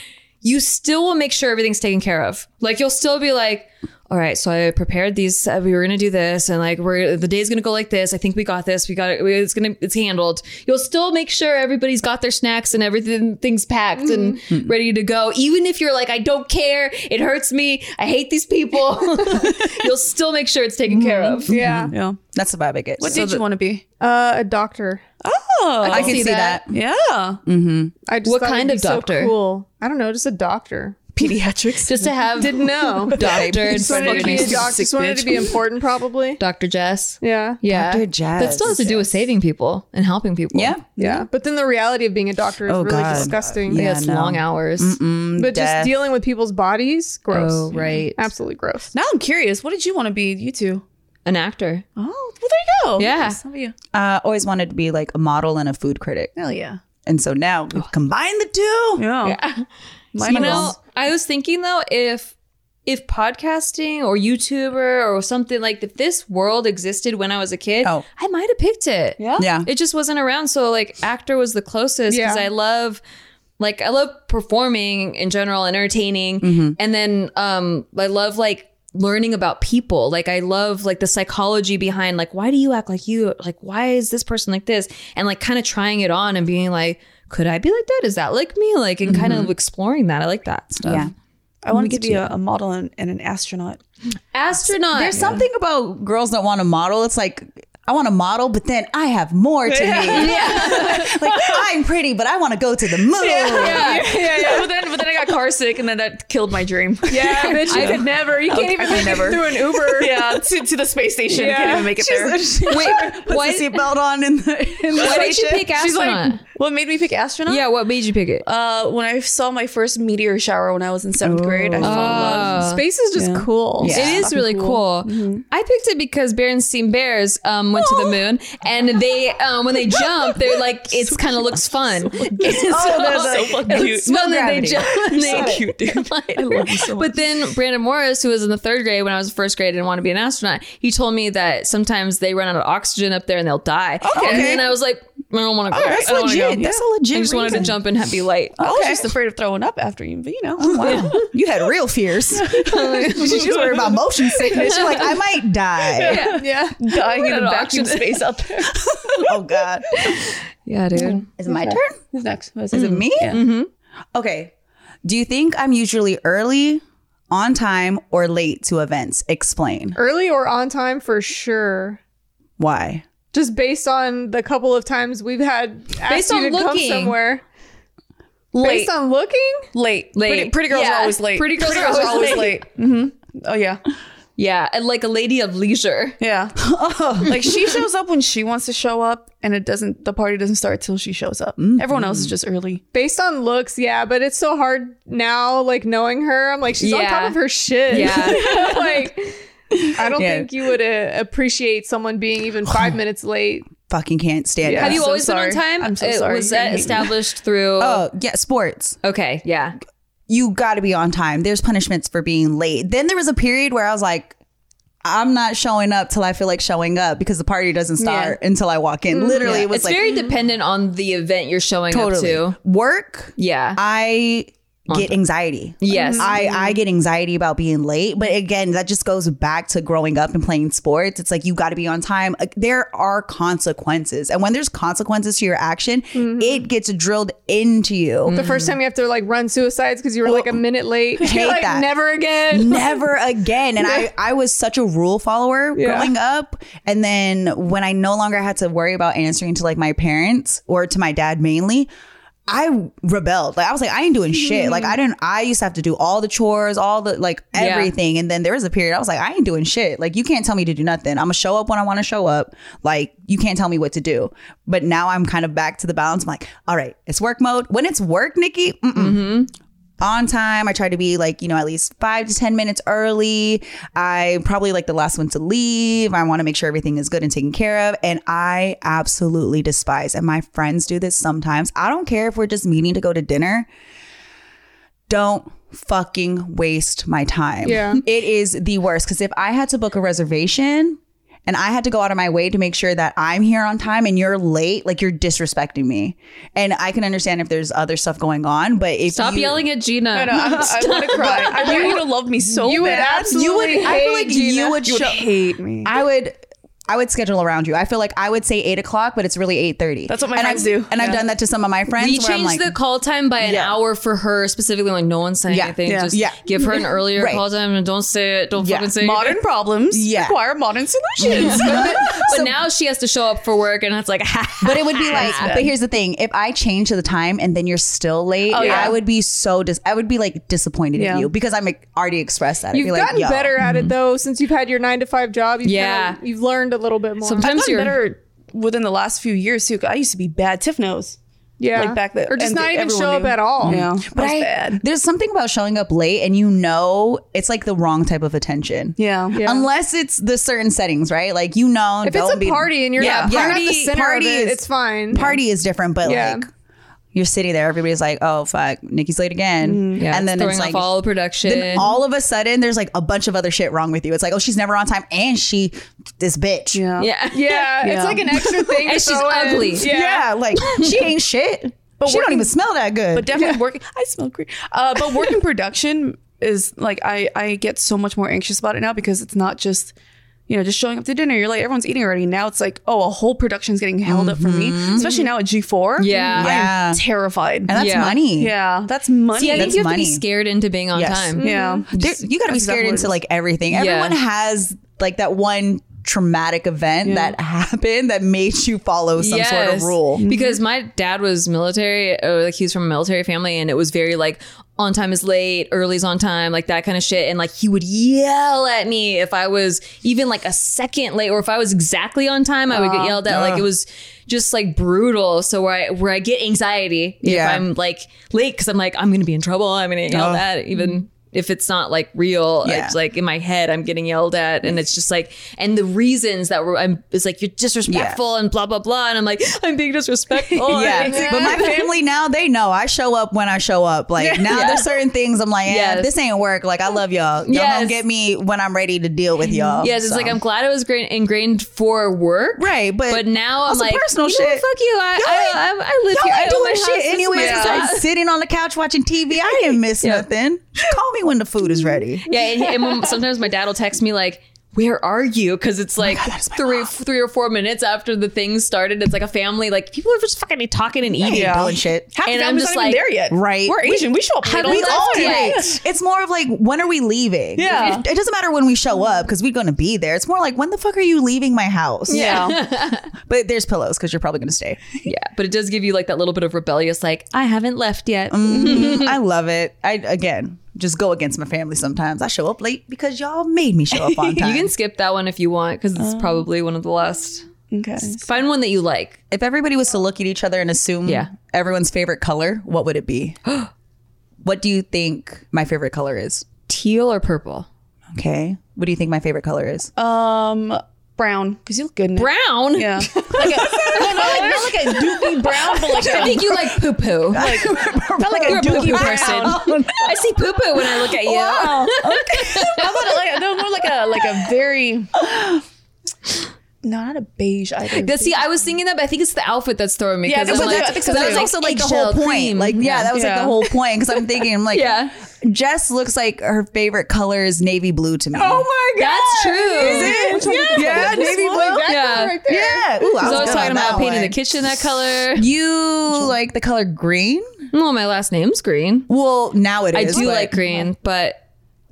S1: You still will make sure everything's taken care of. Like you'll still be like, all right, so I prepared these. Uh, we were gonna do this, and like we're the day's gonna go like this. I think we got this. We got it. we- It's gonna it's handled. You'll still make sure everybody's got their snacks and everything things packed and ready to go. Even if you're like, I don't care. It hurts me. I hate these people. You'll still make sure it's taken care of.
S4: Yeah.
S3: Yeah.
S2: That's the vibe I get.
S3: What did you want to be?
S4: Uh, a doctor.
S3: Oh,
S2: I can see that.
S3: yeah.
S4: I just
S3: Mm.
S1: What
S4: thought
S1: kind
S4: it'd be
S1: of
S4: so
S1: doctor?
S4: cool. I don't know, just a doctor.
S3: pediatrics.
S1: Just to have didn't know doctor and
S4: Just wanted to be a doctor. Just wanted to be important, probably.
S1: Dr. Jess.
S4: Yeah.
S1: Yeah,
S2: Dr. Jess.
S1: That still has to do with saving people and helping people.
S2: Yeah.
S4: Yeah. But then the reality of being a doctor is
S2: Oh,
S4: really
S2: God.
S4: disgusting.
S1: Yeah,
S2: Yeah,
S1: it's
S2: no.
S1: long hours.
S9: Mm,
S4: But
S2: death.
S4: just dealing with people's bodies, gross.
S1: Oh, right.
S4: Absolutely gross.
S3: now I'm curious. What did you want to be, you two?
S1: An actor.
S3: Oh, well, there you go.
S1: Yeah.
S3: Nice. How about you?
S2: Uh, always wanted to be like a model and a food critic.
S3: Hell yeah.
S2: And so now we've combined the two.
S3: Yeah. Mine
S1: you
S3: was-
S1: know, I was thinking though, if if podcasting or YouTuber or something like if this world existed when I was a kid,
S2: Oh.
S1: I might have picked it.
S3: Yeah.
S2: Yeah.
S1: It just wasn't around. So like actor was the closest because
S4: Yeah.
S1: I love like I love performing in general, entertaining. And then um I love like learning about people. Like I love like the psychology behind like why do you act like you like why is this person like this? And like kind of trying it on and being like, could I be like that? Is that like me? Like and kind of exploring that. I like that stuff.
S2: Yeah.
S3: I wanted to be a, a model and, and an astronaut.
S1: Astronaut.
S2: There's something about girls that want to model. It's like, I want to model, but then I have more to me. like, I'm pretty, but I want to go to the moon.
S1: yeah. yeah, yeah. But then but then I got car sick and then that killed my dream.
S4: Yeah, bitch, you could never. You can't even make it through an Uber.
S5: Yeah, to, to the space station.
S4: Yeah.
S5: Can't even make it there.
S1: Wait,
S2: Put
S1: why,
S2: the seatbelt on in the, in the
S1: why did you pick astronaut?
S3: What made me pick astronaut?
S1: yeah, what made you pick it?
S3: Uh, when I saw my first meteor shower when I was in seventh grade, I fell in love.
S4: Space is just cool.
S1: It is really cool. I picked it because Berenstein Bears um, went to the moon, and they um, when they jump, they're like it's kind of looks fun.
S2: there's a-
S1: Oh,
S2: fucking cute. No
S1: they
S2: gravity.
S1: jump. and they- I love you so much. But then Brandon Morris, who was in the third grade when I was in first grade and wanted to be an astronaut, he told me that sometimes they run out of oxygen up there and they'll die. Okay. And then I was like, I don't want to go.
S2: that's
S1: I don't wanna
S2: legit.
S1: Go.
S2: That's a legit
S1: I just wanted to
S2: reason.
S1: jump and have- be light.
S3: I was just afraid of throwing up after you, but you know.
S2: Wow. You had real fears. She's worried about motion sickness. You're like, I might die.
S1: Yeah.
S3: yeah. Dying in
S1: Out
S3: a
S1: of
S3: vacuum
S1: oxygen.
S3: space out there.
S2: Oh God.
S1: Yeah, dude.
S2: Is it my turn?
S3: Who's next? Is
S2: Is it me? Mm-hmm. Okay. Do you think I'm usually early, on time, or late to events? Explain
S4: Early or on time for sure.
S2: why.
S4: Just based on the couple of times we've had asked
S1: Based
S4: you
S1: on
S4: to come
S1: looking.
S4: somewhere.
S3: Late.
S4: Based on looking?
S3: late.
S1: Mm. Late.
S3: Pretty, pretty girls
S1: Yeah.
S3: are always late.
S1: Pretty girls are always
S3: Mm-hmm. Oh, yeah.
S1: Yeah, and like a lady of leisure.
S3: Yeah. Like she shows up when she wants to show up, and it doesn't, the party doesn't start till she shows up.
S1: Mm-hmm.
S3: Everyone else is just early.
S4: Based on looks, yeah, but it's so hard now, like knowing her. I'm like, she's on
S1: Yeah.
S4: top of her shit.
S1: Yeah.
S4: like, I don't
S2: Yeah.
S4: think you would uh, appreciate someone being even five minutes late.
S2: Fucking can't stand
S1: Have
S2: it.
S1: you
S3: so
S1: always
S3: sorry.
S1: been on time?
S3: I'm so
S1: Uh,
S3: sorry.
S1: Was
S3: I hate
S1: that
S3: you.
S1: established through?
S2: Oh yeah, sports.
S1: Okay, yeah.
S2: You got to be on time. There's punishments for being late. Then there was a period where I was like. I'm not showing up till I feel like showing up because the party doesn't start until I walk in. Literally, it
S1: Mm-hmm.
S2: was
S1: It's
S2: like
S1: very dependent on the event you're showing
S2: totally
S1: up to.
S2: work.
S1: Yeah.
S2: I get anxiety.
S1: yes.
S2: I, I get anxiety about being late. But again, that just goes back to growing up and playing sports. It's like you got to be on time. Like, There are consequences. And when there's consequences to your action,
S1: Mm-hmm.
S2: it gets drilled into you.
S4: The first time you have to like run suicides because you were like a minute late. You're
S2: Mm. hate
S4: like,
S2: that.
S4: never again.
S2: Never again. And I, I was such a rule follower growing up. And then when I no longer had to worry about answering to like my parents or to my dad mainly, I rebelled. Like I was like, I ain't doing shit. Like I didn't. I used to have to do all the chores, all the like everything. And then there was a period I was like, I ain't doing shit. Like you can't tell me to do nothing. I'm gonna show up when I want to show up. Like you can't tell me what to do. But now I'm kind of back to the balance. I'm like, all right, it's work mode. When it's work, Nikki, mm-mm. on time. I try to be like you know at least five to ten minutes early. I probably like the last one to leave. I want to make sure everything is good and taken care of. And I absolutely despise. And my friends do this sometimes. I don't care if we're just meeting to go to dinner don't fucking waste my time.
S4: Yeah.
S2: It is the worst. Cause if I had to book a reservation and I had to go out of my way to make sure that I'm here on time and you're late, like you're disrespecting me. And I can understand if there's other stuff going on, but if
S1: Stop
S2: you-
S1: yelling at Gina.
S9: uh,
S3: I know. I'm, I want to cry. I want you to love me so
S4: You would
S3: bad.
S4: absolutely
S2: you would I feel
S4: hate
S2: like
S4: Gina.
S2: you would,
S3: You would
S2: show-
S3: hate me.
S2: I would I would schedule around you. I feel like I would say eight o'clock, but it's really eight thirty.
S3: That's what my
S2: and
S3: friends
S2: I've-
S3: do.
S2: And I've
S3: Yeah.
S2: done that to some of my friends.
S1: we
S2: where I'm
S1: changed
S2: like,
S1: the call time by an
S2: Yeah.
S1: hour for her specifically. Like no one's saying
S2: Yeah.
S1: anything.
S2: Yeah.
S1: Just
S2: Yeah.
S1: give her an earlier
S2: Right.
S1: call time and don't say it. Don't
S2: Yeah.
S1: fucking say
S3: Modern problems
S2: Yeah.
S3: require modern solutions.
S1: It. But now
S10: now she has to show up for work, and it's like,
S2: But it would be like, but here's the thing: if I change to the time and then you're still late,
S3: Oh, yeah.
S2: I would be so dis- I would be like disappointed
S3: Yeah.
S2: in you because I'm like, already expressed that. I'd
S9: You've
S2: be like,
S9: gotten
S2: "Yo."
S9: better at it though since you've had your nine to five job. You've
S10: Mm-hmm. Yeah.
S9: kinda- you've learned a little bit more.
S10: sometimes
S3: gotten
S10: you're
S3: better within the last few years too. 'cause I used to be bad Tiff nose.
S9: yeah,
S3: Like back then,
S9: or just
S3: and
S9: not even
S3: everyone
S9: show up
S3: knew.
S9: at all.
S3: Yeah,
S2: But
S3: I was
S2: I-
S3: bad.
S2: there's something about showing up late and you know it's like the wrong type of attention.
S3: Yeah.
S9: Yeah.
S2: Unless it's the certain settings, right? Like you know,
S9: If it's
S2: don't
S9: a
S2: be-
S9: party and you're not, you're not the center of
S2: party
S9: it,
S2: is-
S9: it's fine.
S2: Party is different, but
S9: Yeah.
S2: like you're sitting there, everybody's like, "Oh fuck, Nikki's late
S9: Mm-hmm.
S2: again,"
S10: yeah,
S2: and then
S10: throwing
S2: it's like
S10: off all the production.
S2: then all of a sudden there's like a bunch of other shit wrong with you. It's like, oh, she's never on time and she this bitch.
S3: Yeah.
S10: yeah,
S9: Yeah, it's like an extra thing. to
S10: And she's
S9: throw in.
S10: ugly.
S9: Yeah.
S2: Yeah, like she ain't shit. But she don't even smell that good.
S3: but definitely working. I smell great. Uh, but working production is like I I get so much more anxious about it now because it's not just you know just showing up to dinner. You're like everyone's eating already. Now it's like oh a whole production's getting held up for me, especially now at G four.
S10: Mm-hmm. Yeah.
S2: Yeah.
S3: I'm terrified.
S2: and that's
S10: Yeah.
S2: money.
S3: yeah, that's money.
S10: See, I think Mm-hmm.
S2: That's
S10: you have to be
S2: money.
S10: scared into being on
S2: Yes.
S10: time.
S3: yeah.
S2: There- you got to be scared into like everything. Everyone has like that one traumatic event that happened that made you follow some sort of
S10: Yes.
S2: rule.
S10: Because my dad was military, or like he was from a military family, and it was very like on time is late, early's on time, like that kind of shit. And like he would yell at me if I was even like a second late, or if I was exactly on time, I would get yelled at.
S2: Ah.
S10: Like it was just like brutal. So where I where I get anxiety
S2: Yeah.
S10: if I'm like late because I'm like I'm gonna be in trouble. I'm gonna get yelled
S2: Ugh.
S10: at even. If it's not like real,
S2: Yeah.
S10: it's like in my head, I'm getting yelled at, and it's just like, and the reasons that were, I'm, it's like you're disrespectful and blah blah blah and i'm like i'm being disrespectful
S2: Yeah.
S10: And it's like,
S2: But my family now, they know I show up when I show up. Like now there's certain things I'm like, eh,
S10: Yes.
S2: this ain't work. Like I love y'all. Y'all
S10: Yes.
S2: don't get me when I'm ready to deal with y'all.
S10: yes it's
S2: So.
S10: like i'm glad it was gra- ingrained for work
S2: Right, but
S10: but now i'm
S2: also
S10: like
S2: personal
S10: you know what,
S2: shit.
S10: fuck you i
S2: Y'all
S10: i, I, I live
S2: Y'all
S10: here I
S2: ain't
S10: own my
S2: doing
S10: house.
S2: shit
S10: This is
S2: anyway.
S10: my house.
S2: I'm sitting on the couch watching TV. I didn't miss nothing. Call me when the food is ready.
S10: yeah and, and when- sometimes my dad will text me like where are you? Because it's like
S2: that is Oh my
S10: three, three or four minutes after the thing started. It's like a family. Like people are just fucking talking and eating.
S2: Yeah. Doing shit.
S3: Half the
S10: And I'm
S3: family's
S10: just
S3: not even
S10: like,
S3: there yet.
S2: right.
S3: We're Asian. We show up.
S10: Have
S3: late all
S10: we
S3: the
S10: all
S3: time.
S10: yet?
S2: It's more of like, when are we leaving?
S3: Yeah.
S2: It doesn't matter when we show up because we're going to be there. It's more like, when the fuck are you leaving my house?
S3: Yeah.
S2: But there's pillows because you're probably going to stay.
S10: Yeah, but it does give you like that little bit of rebellious. Like I haven't left yet.
S2: Mm-hmm. I love it. I, again, just go against my family sometimes. I show up late because y'all made me show up on time.
S10: You can skip that one if you want, because it's probably one of the last.
S3: okay.
S10: Find one that you like.
S2: if everybody was to look at each other and assume
S10: Yeah.
S2: everyone's favorite color, what would it be? what do you think my favorite color is?
S10: Teal or purple?
S2: Okay. What do you think my favorite color is?
S10: Oh,
S3: Um, brown because you look good. In it.
S10: Brown.
S3: Yeah. Like a, no, not like, not like a doopy brown, but like
S10: I
S3: a,
S10: think you like poo poo. Like,
S2: not like
S10: you're a poo poo person. I see poo poo when I look at you.
S3: How about like no more like a like a very no, not a beige either.
S10: That's see, I was thinking that, but I think it's the outfit that's throwing me.
S3: Yeah,
S10: because
S3: that's
S10: I'm
S3: what-
S10: like,
S3: I think so
S10: because I
S3: too.
S10: was also like
S2: the whole
S10: eggshell
S2: point.
S10: cream.
S2: Like, yeah, that was like
S3: Yeah.
S2: the whole point. Because I'm thinking, I'm like,
S10: Yeah.
S2: Jess looks like her favorite color is navy blue to me. Oh my
S10: that's true.
S2: Is it? Yeah, navy blue.
S10: Yeah.
S2: Yeah. Ooh, I
S10: I was
S2: was
S10: always
S2: good
S10: talking
S2: on that
S10: about painting the
S2: one.
S10: kitchen that color.
S2: You like the color green?
S10: Well, my last name's green.
S2: Well, now it
S10: I
S2: is.
S10: do
S2: but-
S10: like green, but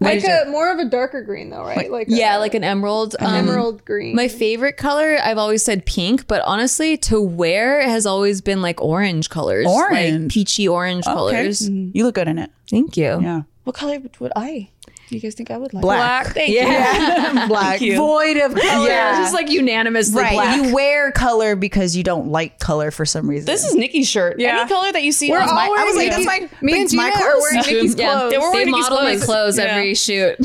S9: like a, more of a darker green though, right? Like
S10: yeah,
S9: a
S10: like an emerald. Um,
S9: emerald green.
S10: My favorite color, I've always said pink, but honestly, to wear has always been like orange colors, like
S2: Orange.
S10: peachy orange
S2: Okay. Mm-hmm.
S10: colors.
S2: You look good in it.
S10: Thank you.
S2: Yeah.
S3: what color would, would I? Do you guys think I would like
S2: Black.
S3: Thank
S2: black. Void of color.
S10: Yeah, just like unanimously
S2: right.
S10: black.
S2: You wear color because you don't like color for some reason.
S3: This is Nikki's shirt.
S9: Yeah.
S3: Any color that you see,
S9: We're
S3: on
S9: all
S3: my-
S9: wearing
S2: I was like, that's
S9: Nikki-
S2: my
S9: me and
S2: that's my
S9: Gina are wearing
S2: course.
S9: Nikki's
S10: Yeah.
S9: clothes.
S10: They,
S3: They were wearing
S10: model my
S3: Nikki's
S10: clothes
S3: clothes.
S10: every shoot.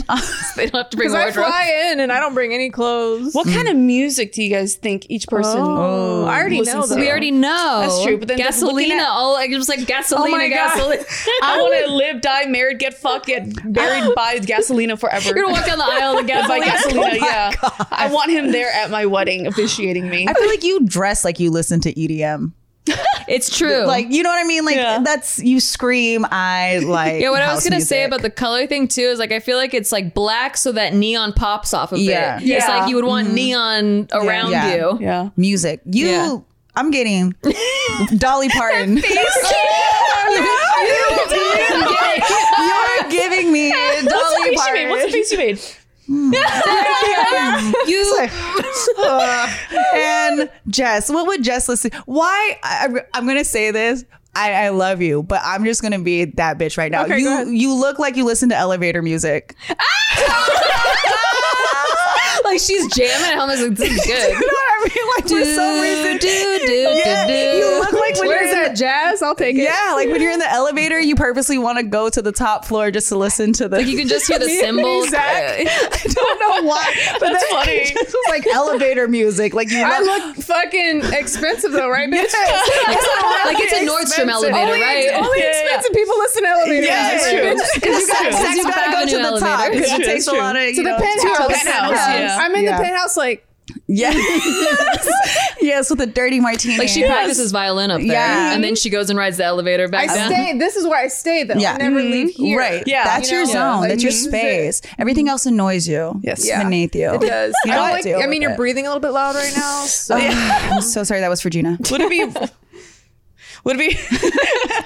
S10: they don't have to bring
S9: Because I
S10: wardrobe.
S9: fly in and I don't bring any clothes.
S3: what kind of music do you guys think each person?
S9: Oh, I already
S3: listens
S9: know
S3: to?
S9: though.
S10: We already know.
S3: That's true, but then just looking
S10: gasolina,
S3: at-
S10: all like it was like gasolina,
S3: my God.
S10: gasolina.
S3: I want to live, die, married, get fucked, get buried by Gasolina forever.
S10: You're gonna walk down the aisle of
S3: by
S10: gasolina.
S3: Gasolina, yeah. I want him there at my wedding officiating me.
S2: I feel like you dress like you listen to EDM.
S10: It's true.
S2: Like you know what I mean? Like
S3: Yeah.
S2: that's you scream. I like.
S10: Yeah, what I was
S2: house
S10: gonna say
S2: music.
S10: about the color thing too is like I feel like it's like black so that neon pops off of
S2: Yeah. Mm-hmm.
S10: it. It's
S3: Yeah.
S10: like you would want neon around
S2: Yeah.
S10: you.
S3: yeah.
S2: music. You,
S10: Yeah.
S2: I'm getting Dolly Parton. You're giving me Dolly
S3: face you made? What's
S2: Parton.
S3: the face you made?
S2: You, uh, and would Jess? What would Jess listen? Why? I, I'm- I'm gonna say this. I, I love you, but I'm just gonna be that bitch right now. you you look like you listen to elevator music.
S10: like she's jamming at home. It's like, this is
S2: you know
S10: good.
S2: what I mean? Like for some reason,
S10: do, do, do,
S2: yeah,
S10: do.
S2: you look like when
S10: Where's
S2: you're in
S10: that
S2: the,
S10: jazz? I'll take it.
S2: yeah, like when you're in the elevator, you purposely want to go to the top floor just to listen to the.
S10: Like you can just hear the cymbals.
S2: Exactly. I don't know why, but that's funny. It just was like elevator music. Like you
S9: I
S2: love-
S9: look fucking expensive though, right, bitch?
S10: Like it's a Nordstrom
S2: Oh,
S10: elevator,
S9: only,
S10: right?
S9: Only expensive people listen to elevators.
S2: Yeah, it's true.
S9: Because you got
S2: Because you
S10: Fifth
S2: gotta go to
S10: Avenue
S2: the top.
S10: elevator.
S2: Because it
S9: It's
S2: takes a
S9: true.
S2: lot of
S9: to
S2: you
S9: the
S2: know,
S9: penthouse.
S2: to the
S9: penthouse,
S3: yeah.
S9: I'm in
S2: Yeah.
S9: the penthouse, like
S2: Yes. yes, with a dirty martini.
S10: Like she practices violin up there,
S2: Yeah.
S10: and then she goes and rides the elevator
S9: I
S10: back down.
S9: stay. This is where I stay though.
S2: Yeah. Mm-hmm.
S9: I never leave here.
S2: Right.
S3: Yeah.
S2: That's
S9: You
S2: your
S9: know?
S2: zone.
S9: Like,
S2: That's your
S9: this is it.
S2: space. Everything else annoys you.
S3: Yes.
S2: It's
S3: Yeah.
S2: beneath you.
S9: It does.
S2: You
S9: I
S2: know,
S9: don't
S2: I
S9: like.
S2: deal
S9: I
S2: with
S9: mean, you're
S2: it. Uh,
S9: breathing a little bit loud right now. So
S2: I'm so sorry. That was for Gina.
S3: Would it be? Would it be?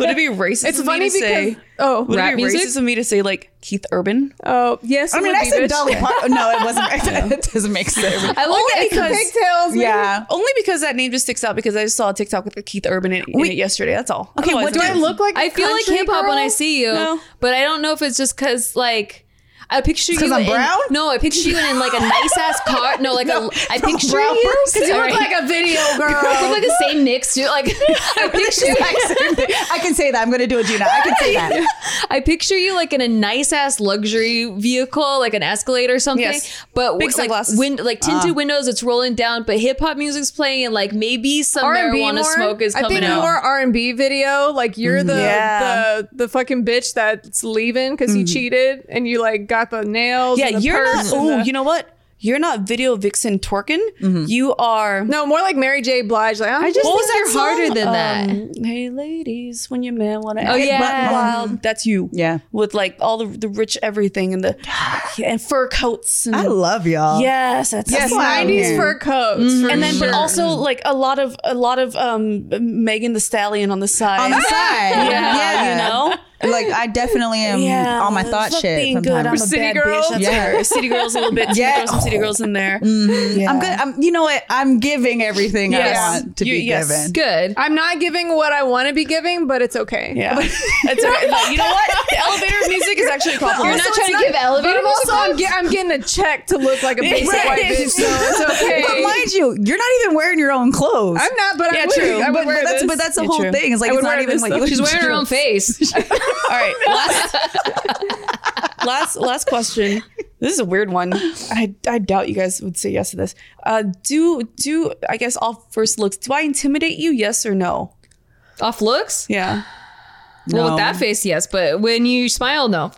S3: would it be racist?
S9: it's
S3: of me
S9: funny
S3: to say-
S9: because oh
S3: Would
S10: Rap
S3: it be
S10: music?
S3: racist of me to say like Keith Urban?
S9: oh yes,
S2: I mean, I said Dolly Parton. No, it wasn't. It doesn't make sense.
S10: I like that
S3: because-
S9: pigtails.
S2: Yeah.
S3: Only because that name just sticks out because I just saw a TikTok with Keith Urban in, in it yesterday. That's all.
S2: Okay,
S3: Otherwise,
S2: what do I
S3: don't-
S9: Look like
S10: I feel like hip hop when I see you,
S3: No.
S10: but I don't know if it's just because like I picture you.
S2: 'Cause I'm
S10: in-
S2: brown?
S10: No, I picture you in like a nice ass car. No, like a I picture
S2: brown
S10: you
S2: person.
S10: Sorry.
S9: You look like a video
S10: I look
S9: girl.
S10: like the same mix too. Like I picture
S2: I can say that. I'm going to do it, Gina. I can say that.
S10: I picture you like in a nice ass luxury vehicle, like an Escalade or something.
S3: Yes.
S10: But
S3: Big
S10: w-
S3: sunglasses.
S10: like win- like tinted windows, it's rolling down, but hip hop music's playing, and like maybe some
S9: R&B
S10: marijuana
S9: more.
S10: smoke is
S9: I
S10: coming
S9: think
S10: out.
S9: more R and B video. Like you're the,
S3: Mm-hmm. Yeah. Mm-hmm.
S9: the the fucking bitch that's leaving because you cheated and you like got the nails.
S3: Yeah,
S9: and the
S3: you're
S9: purse
S3: not.
S9: and
S3: Oh,
S9: the-
S3: you know what? You're not video vixen twerking. You are.
S9: No, more like Mary J. Blige. Like i just
S10: What was you're harder than that.
S3: Um, hey, ladies, when your man wanna
S10: Oh,
S3: act
S10: yeah.
S3: wild, that's you.
S2: Yeah.
S3: with like all the, the rich everything and the yeah, and fur coats. And,
S2: I love y'all.
S3: Yes, that's
S9: yes,
S2: Come on
S9: nineties
S2: here.
S9: fur coats. for
S3: And then,
S9: sure.
S3: but also like a lot of a lot of um Megan the Stallion on the side.
S2: On the side.
S3: yeah, you know.
S2: Like, I definitely am
S3: Yeah,
S2: on my thought
S3: fuck
S2: shit.
S3: Being good, I'm a
S2: sometimes.
S9: City
S3: bad
S9: girl.
S3: bitch. That's
S2: Yeah.
S3: her. City girls a little bit.
S2: Yeah. Mm-hmm.
S3: Yeah, throw some city girls in there.
S2: I'm good. I'm, you know what? I'm giving everything I
S3: Yes.
S2: want to
S3: You-
S2: be
S3: yes.
S2: given.
S10: Good.
S9: I'm not giving what I want to be giving, but it's okay.
S3: Yeah, That's all right. Like, you know what? The elevator music is actually a compliment.
S9: Also, it's not- But I'm also I'm, get, I'm getting a check to look like a basic
S3: Right.
S9: white bitch, so it's
S2: But
S9: okay.
S2: mind you, you're not even wearing your own clothes.
S9: I'm not, but
S3: Yeah,
S9: I would.
S3: true.
S9: I would
S2: but,
S9: wear
S2: but that's
S9: this.
S2: but that's the
S3: Yeah,
S2: whole
S3: true.
S2: thing. It's like
S9: I
S2: it's
S9: would
S2: not
S9: wear
S2: even
S9: this,
S2: like
S9: though.
S2: you-
S10: She's wearing her own face.
S3: All right. Last, last, last question. This is a weird one. I, I doubt you guys would say yes to this. Uh, do do I guess all first looks? Do I intimidate you? Yes or no?
S10: Off looks?
S3: Yeah.
S10: Well,
S2: No.
S10: with that face, yes, but when you smile, no.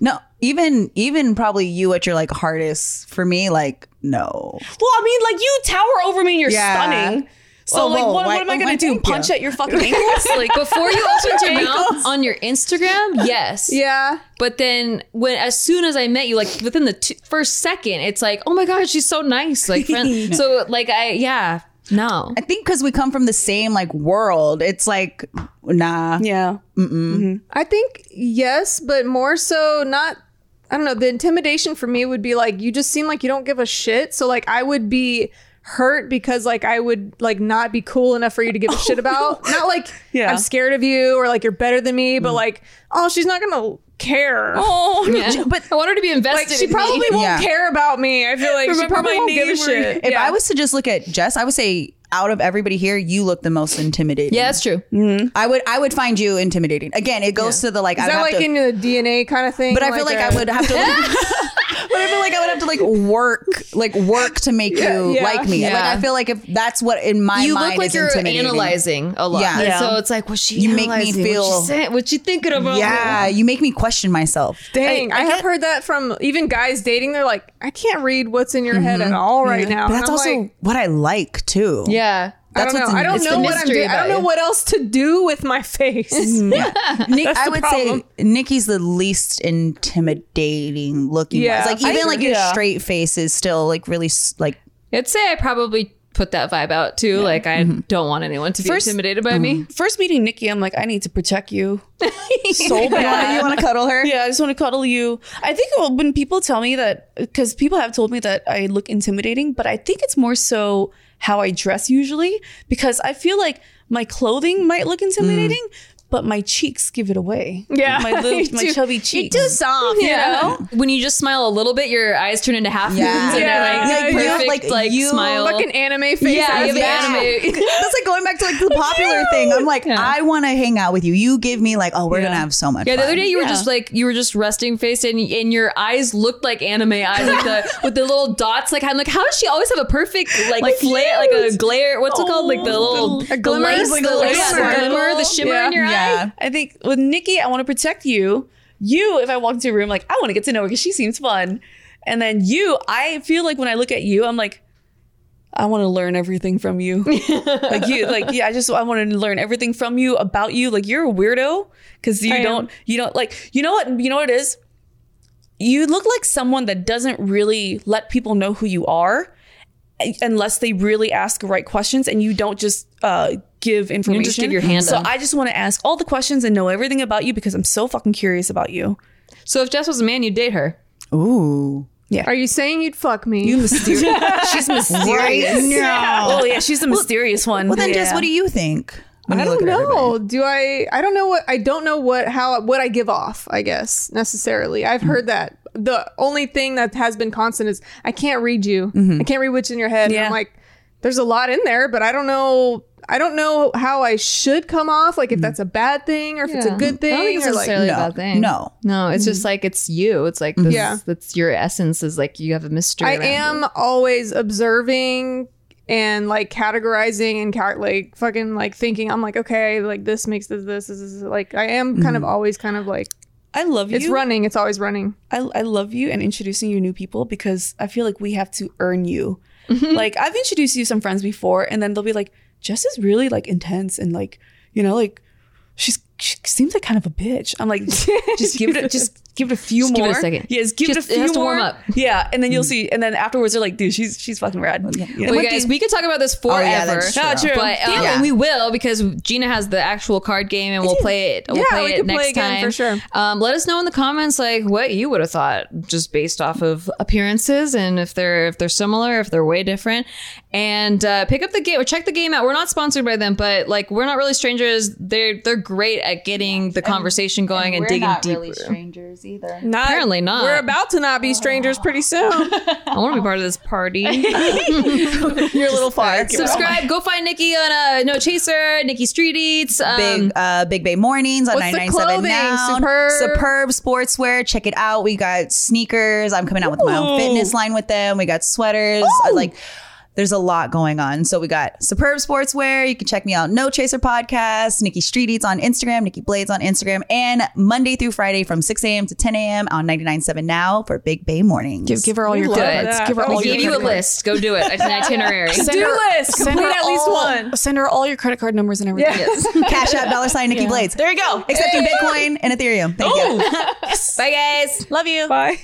S2: No, even even probably you at your like hardest for me, like no.
S3: Well, I mean, like you tower over me and you're
S2: Yeah.
S3: stunning. So
S2: Oh,
S3: like,
S2: well,
S3: what,
S2: why-
S3: what am I
S2: oh,
S3: gonna
S2: why
S3: do?
S2: thank you.
S3: Punch at your fucking ankles? Like,
S10: Before you opened your mouth on your Instagram, yes.
S9: yeah.
S10: But then when as soon as I met you, like within the two, first second, it's like, oh my god, she's so nice, like friend. so like I yeah no.
S2: I think because we come from the same like world, it's like nah.
S3: yeah.
S9: I think yes, but more so not. I don't know. The intimidation for me would be like you just seem like you don't give a shit. So like I would be hurt because like I would like not be cool enough for you to give a shit
S2: Oh,
S9: about. Not like
S3: Yeah.
S9: I'm scared of you or like you're better than me,
S2: Mm.
S9: but like oh she's not gonna care.
S3: Oh,
S10: Yeah. But I want her to be invested.
S9: like she
S10: in me.
S9: probably won't
S2: Yeah.
S9: care about me. I feel like she
S3: Remember
S9: probably
S3: my
S9: won't give a
S3: neighbor?
S9: shit.
S2: If
S9: Yeah.
S2: I was to just look at Jess, I would say out of everybody here, you look the most intimidating.
S10: Yeah, that's true.
S2: I would I would find you intimidating. Again, it goes to the like
S9: Is
S2: I
S9: that like
S2: have to,
S9: in the DNA kind of thing?
S2: but I feel like
S9: I
S10: uh,
S2: I would have to. Like, but I feel like I would have to like work, like work to make you
S9: yeah.
S2: like me. Like
S10: Yeah.
S2: I feel like if that's what in my
S10: You
S2: mind
S10: look like
S2: is
S10: you're
S2: intimidating.
S10: analyzing a lot.
S2: Yeah.
S10: Yeah. So it's like, was she
S2: You make me
S10: analyzing?
S2: feel-
S10: What she saying? What she thinking about?
S2: Yeah, you make me question myself.
S9: Dang, I, have heard that from even guys dating. They're like, I can't read what's in your head at all right now.
S2: Mm-hmm. But
S9: And
S2: that's
S9: I'm
S2: also
S9: like,
S2: what I like too.
S10: Yeah.
S9: I
S2: That's
S9: don't know.
S2: what's in-
S9: I don't
S2: it's the
S9: know what I'm
S10: mystery
S9: doing. I
S10: about
S9: don't know
S10: it.
S9: what else to do with my face.
S2: Nick, I
S9: the
S2: would
S9: problem.
S2: say Nikki's the least intimidating looking. Yeah,
S9: Yeah.
S2: like even
S9: I-
S2: like your
S9: yeah.
S2: straight face is still like really s- like
S10: I'd say I probably put that vibe out too. Like I
S9: Mm-hmm.
S10: don't want anyone to be intimidated by me.
S3: First meeting Nikki, I'm like, I need to protect you.
S2: so bad. You want to cuddle her?
S3: Yeah, I just want to cuddle you. I think when people tell me that, because people have told me that I look intimidating, but I think it's more so how I dress usually because I feel like my clothing might look intimidating, but my cheeks give it away.
S9: Mm. Yeah.
S3: my little, my
S9: You do-
S3: chubby
S9: you
S3: cheeks.
S9: too soft, you know?
S10: When you just smile a little bit, your eyes turn into half moons
S2: Yeah.
S10: and
S9: Yeah.
S10: they're like
S9: Like, you-
S10: perfect,
S2: like,
S10: like,
S2: you
S10: smile.
S9: Fucking anime face.
S10: yeah,
S9: ass
S10: you have
S9: bitch.
S10: anime.
S2: That's like going back to like the popular thing. I'm like, I want to hang out with you. You give me like, oh, we're gonna have so much.
S10: Yeah, the
S2: fun.
S10: other day you were just like you were just resting face and and your eyes looked like anime eyes like the with the little dots like I'm like how does she always have a perfect like, flare like a glare what's it called like the
S3: Oh.
S10: little the
S9: glimmer,
S10: lights,
S9: like
S10: the,
S9: a
S10: yeah, the
S9: circle.
S10: glimmer the shimmer in your eye
S2: yeah.
S3: I think with Nikki, I want to protect you. You, if I walk into a room, like I want to get to know her because she seems fun. And then you, I feel like when I look at you, I'm like, I want to learn everything from you. like you, like yeah, I just I want to learn everything from you about you. Like you're a weirdo because you don't, you don't like you know what you know what it is. You look like someone that doesn't really let people know who you are eh, unless they really ask the right questions and you don't just uh, give information.
S10: give your hand
S3: So
S10: up.
S3: I just want to ask all the questions and know everything about you because I'm so fucking curious about you.
S10: so if Jess was a man you'd date her
S2: Ooh,
S9: Are you saying you'd fuck me?
S3: She's mysterious. Oh yeah, she's the mysterious one.
S2: Well, then,
S3: yeah.
S2: Jess, what do you think? when
S9: I
S2: you
S9: don't
S2: look at everybody?
S9: know. Do I? I don't know what. I don't know what. How what I give off. I guess necessarily. I've
S10: Mm-hmm.
S9: heard that. The only thing that has been constant is I can't read you.
S10: Mm-hmm.
S9: I can't read what's in your head. And
S3: Yeah.
S9: I'm like, there's a lot in there, but I don't know. I don't know how I should come off. Like if that's a bad thing or if it's a good thing.
S10: Mm-hmm. I don't think it's
S9: or like,
S10: necessarily a
S2: no,
S10: bad thing
S2: no.
S10: no it's just like it's you it's like this,
S9: Yeah.
S10: that's your essence is like you have a mystery
S9: I
S10: around
S9: am always observing and like categorizing and cal- like fucking like thinking. I'm like, okay, like this makes this this this, this. like I am kind of
S10: Mm-hmm.
S9: always kind of like
S3: I love you.
S9: it's running. It's always running.
S3: I, I love you and introducing you new people because I feel like we have to earn you.
S10: Mm-hmm.
S3: Like I've introduced you to some friends before, and then they'll be like, "Jess is really like intense and like you know like she's she seems like kind of a bitch." I'm like, just give it a, just give it a few
S10: give
S3: more
S10: it a second.
S3: Yes, give it
S10: Just-
S3: a
S10: it
S3: few
S10: has to
S3: more.
S10: warm up. Mm-hmm.
S3: Yeah, and then you'll see, and then afterwards they're like, "Dude, she's she's fucking rad." You know?
S10: Well, you guys, we could talk about this forever.
S2: yeah, that's true.
S3: Ah, true.
S10: But um,
S2: Yeah.
S10: and we will because Gina has the actual card game, and we'll play it. We'll
S9: Yeah,
S10: play
S9: we
S10: it
S9: could play
S10: next
S9: again
S10: time
S9: for sure.
S10: Um, let us know in the comments like what you would have thought just based off of appearances and if they're if they're similar, if they're way different. And uh, pick up the game or check the game out. We're not sponsored by them, but like we're not really strangers. They're they're great at getting the conversation going and, digging deeper.
S11: strangers either.
S9: Not,
S10: Apparently not.
S9: We're about to not be strangers pretty soon.
S10: I want to be part of this party.
S2: Your little farts.
S10: Subscribe. Go find Nikki on uh, No Chaser, Nikki Street Eats. Um,
S2: Big uh, Big Bay Mornings on
S9: What's the
S2: 997
S9: clothing?
S2: Noun.
S9: Superb?
S2: Superb sportswear. Check it out. We got sneakers. I'm coming out with my own fitness line with them. We got sweaters. I like there's a lot going on. So we got Superb Sportswear. You can check me out. No Chaser Podcast. Nikki Street Eats on Instagram. Nikki Blades on Instagram. And Monday through Friday from 6 a.m. to 10 a.m. on 99.7 Now for Big Bay Mornings.
S3: give, give her all your
S9: love
S3: cards.
S9: that.
S3: Give her
S9: That
S3: all
S10: We
S9: was
S3: your
S10: gave you a
S3: credit cards.
S10: list. Go do it. It's an itinerary.
S3: Send her, list. Complete at least one. Send her all your credit card numbers and everything.
S2: Cash App dollar sign Nikki Blades. There you go. Accepting Bitcoin and Ethereum. Thank you.
S10: Bye, guys.
S3: Love you.
S9: Bye.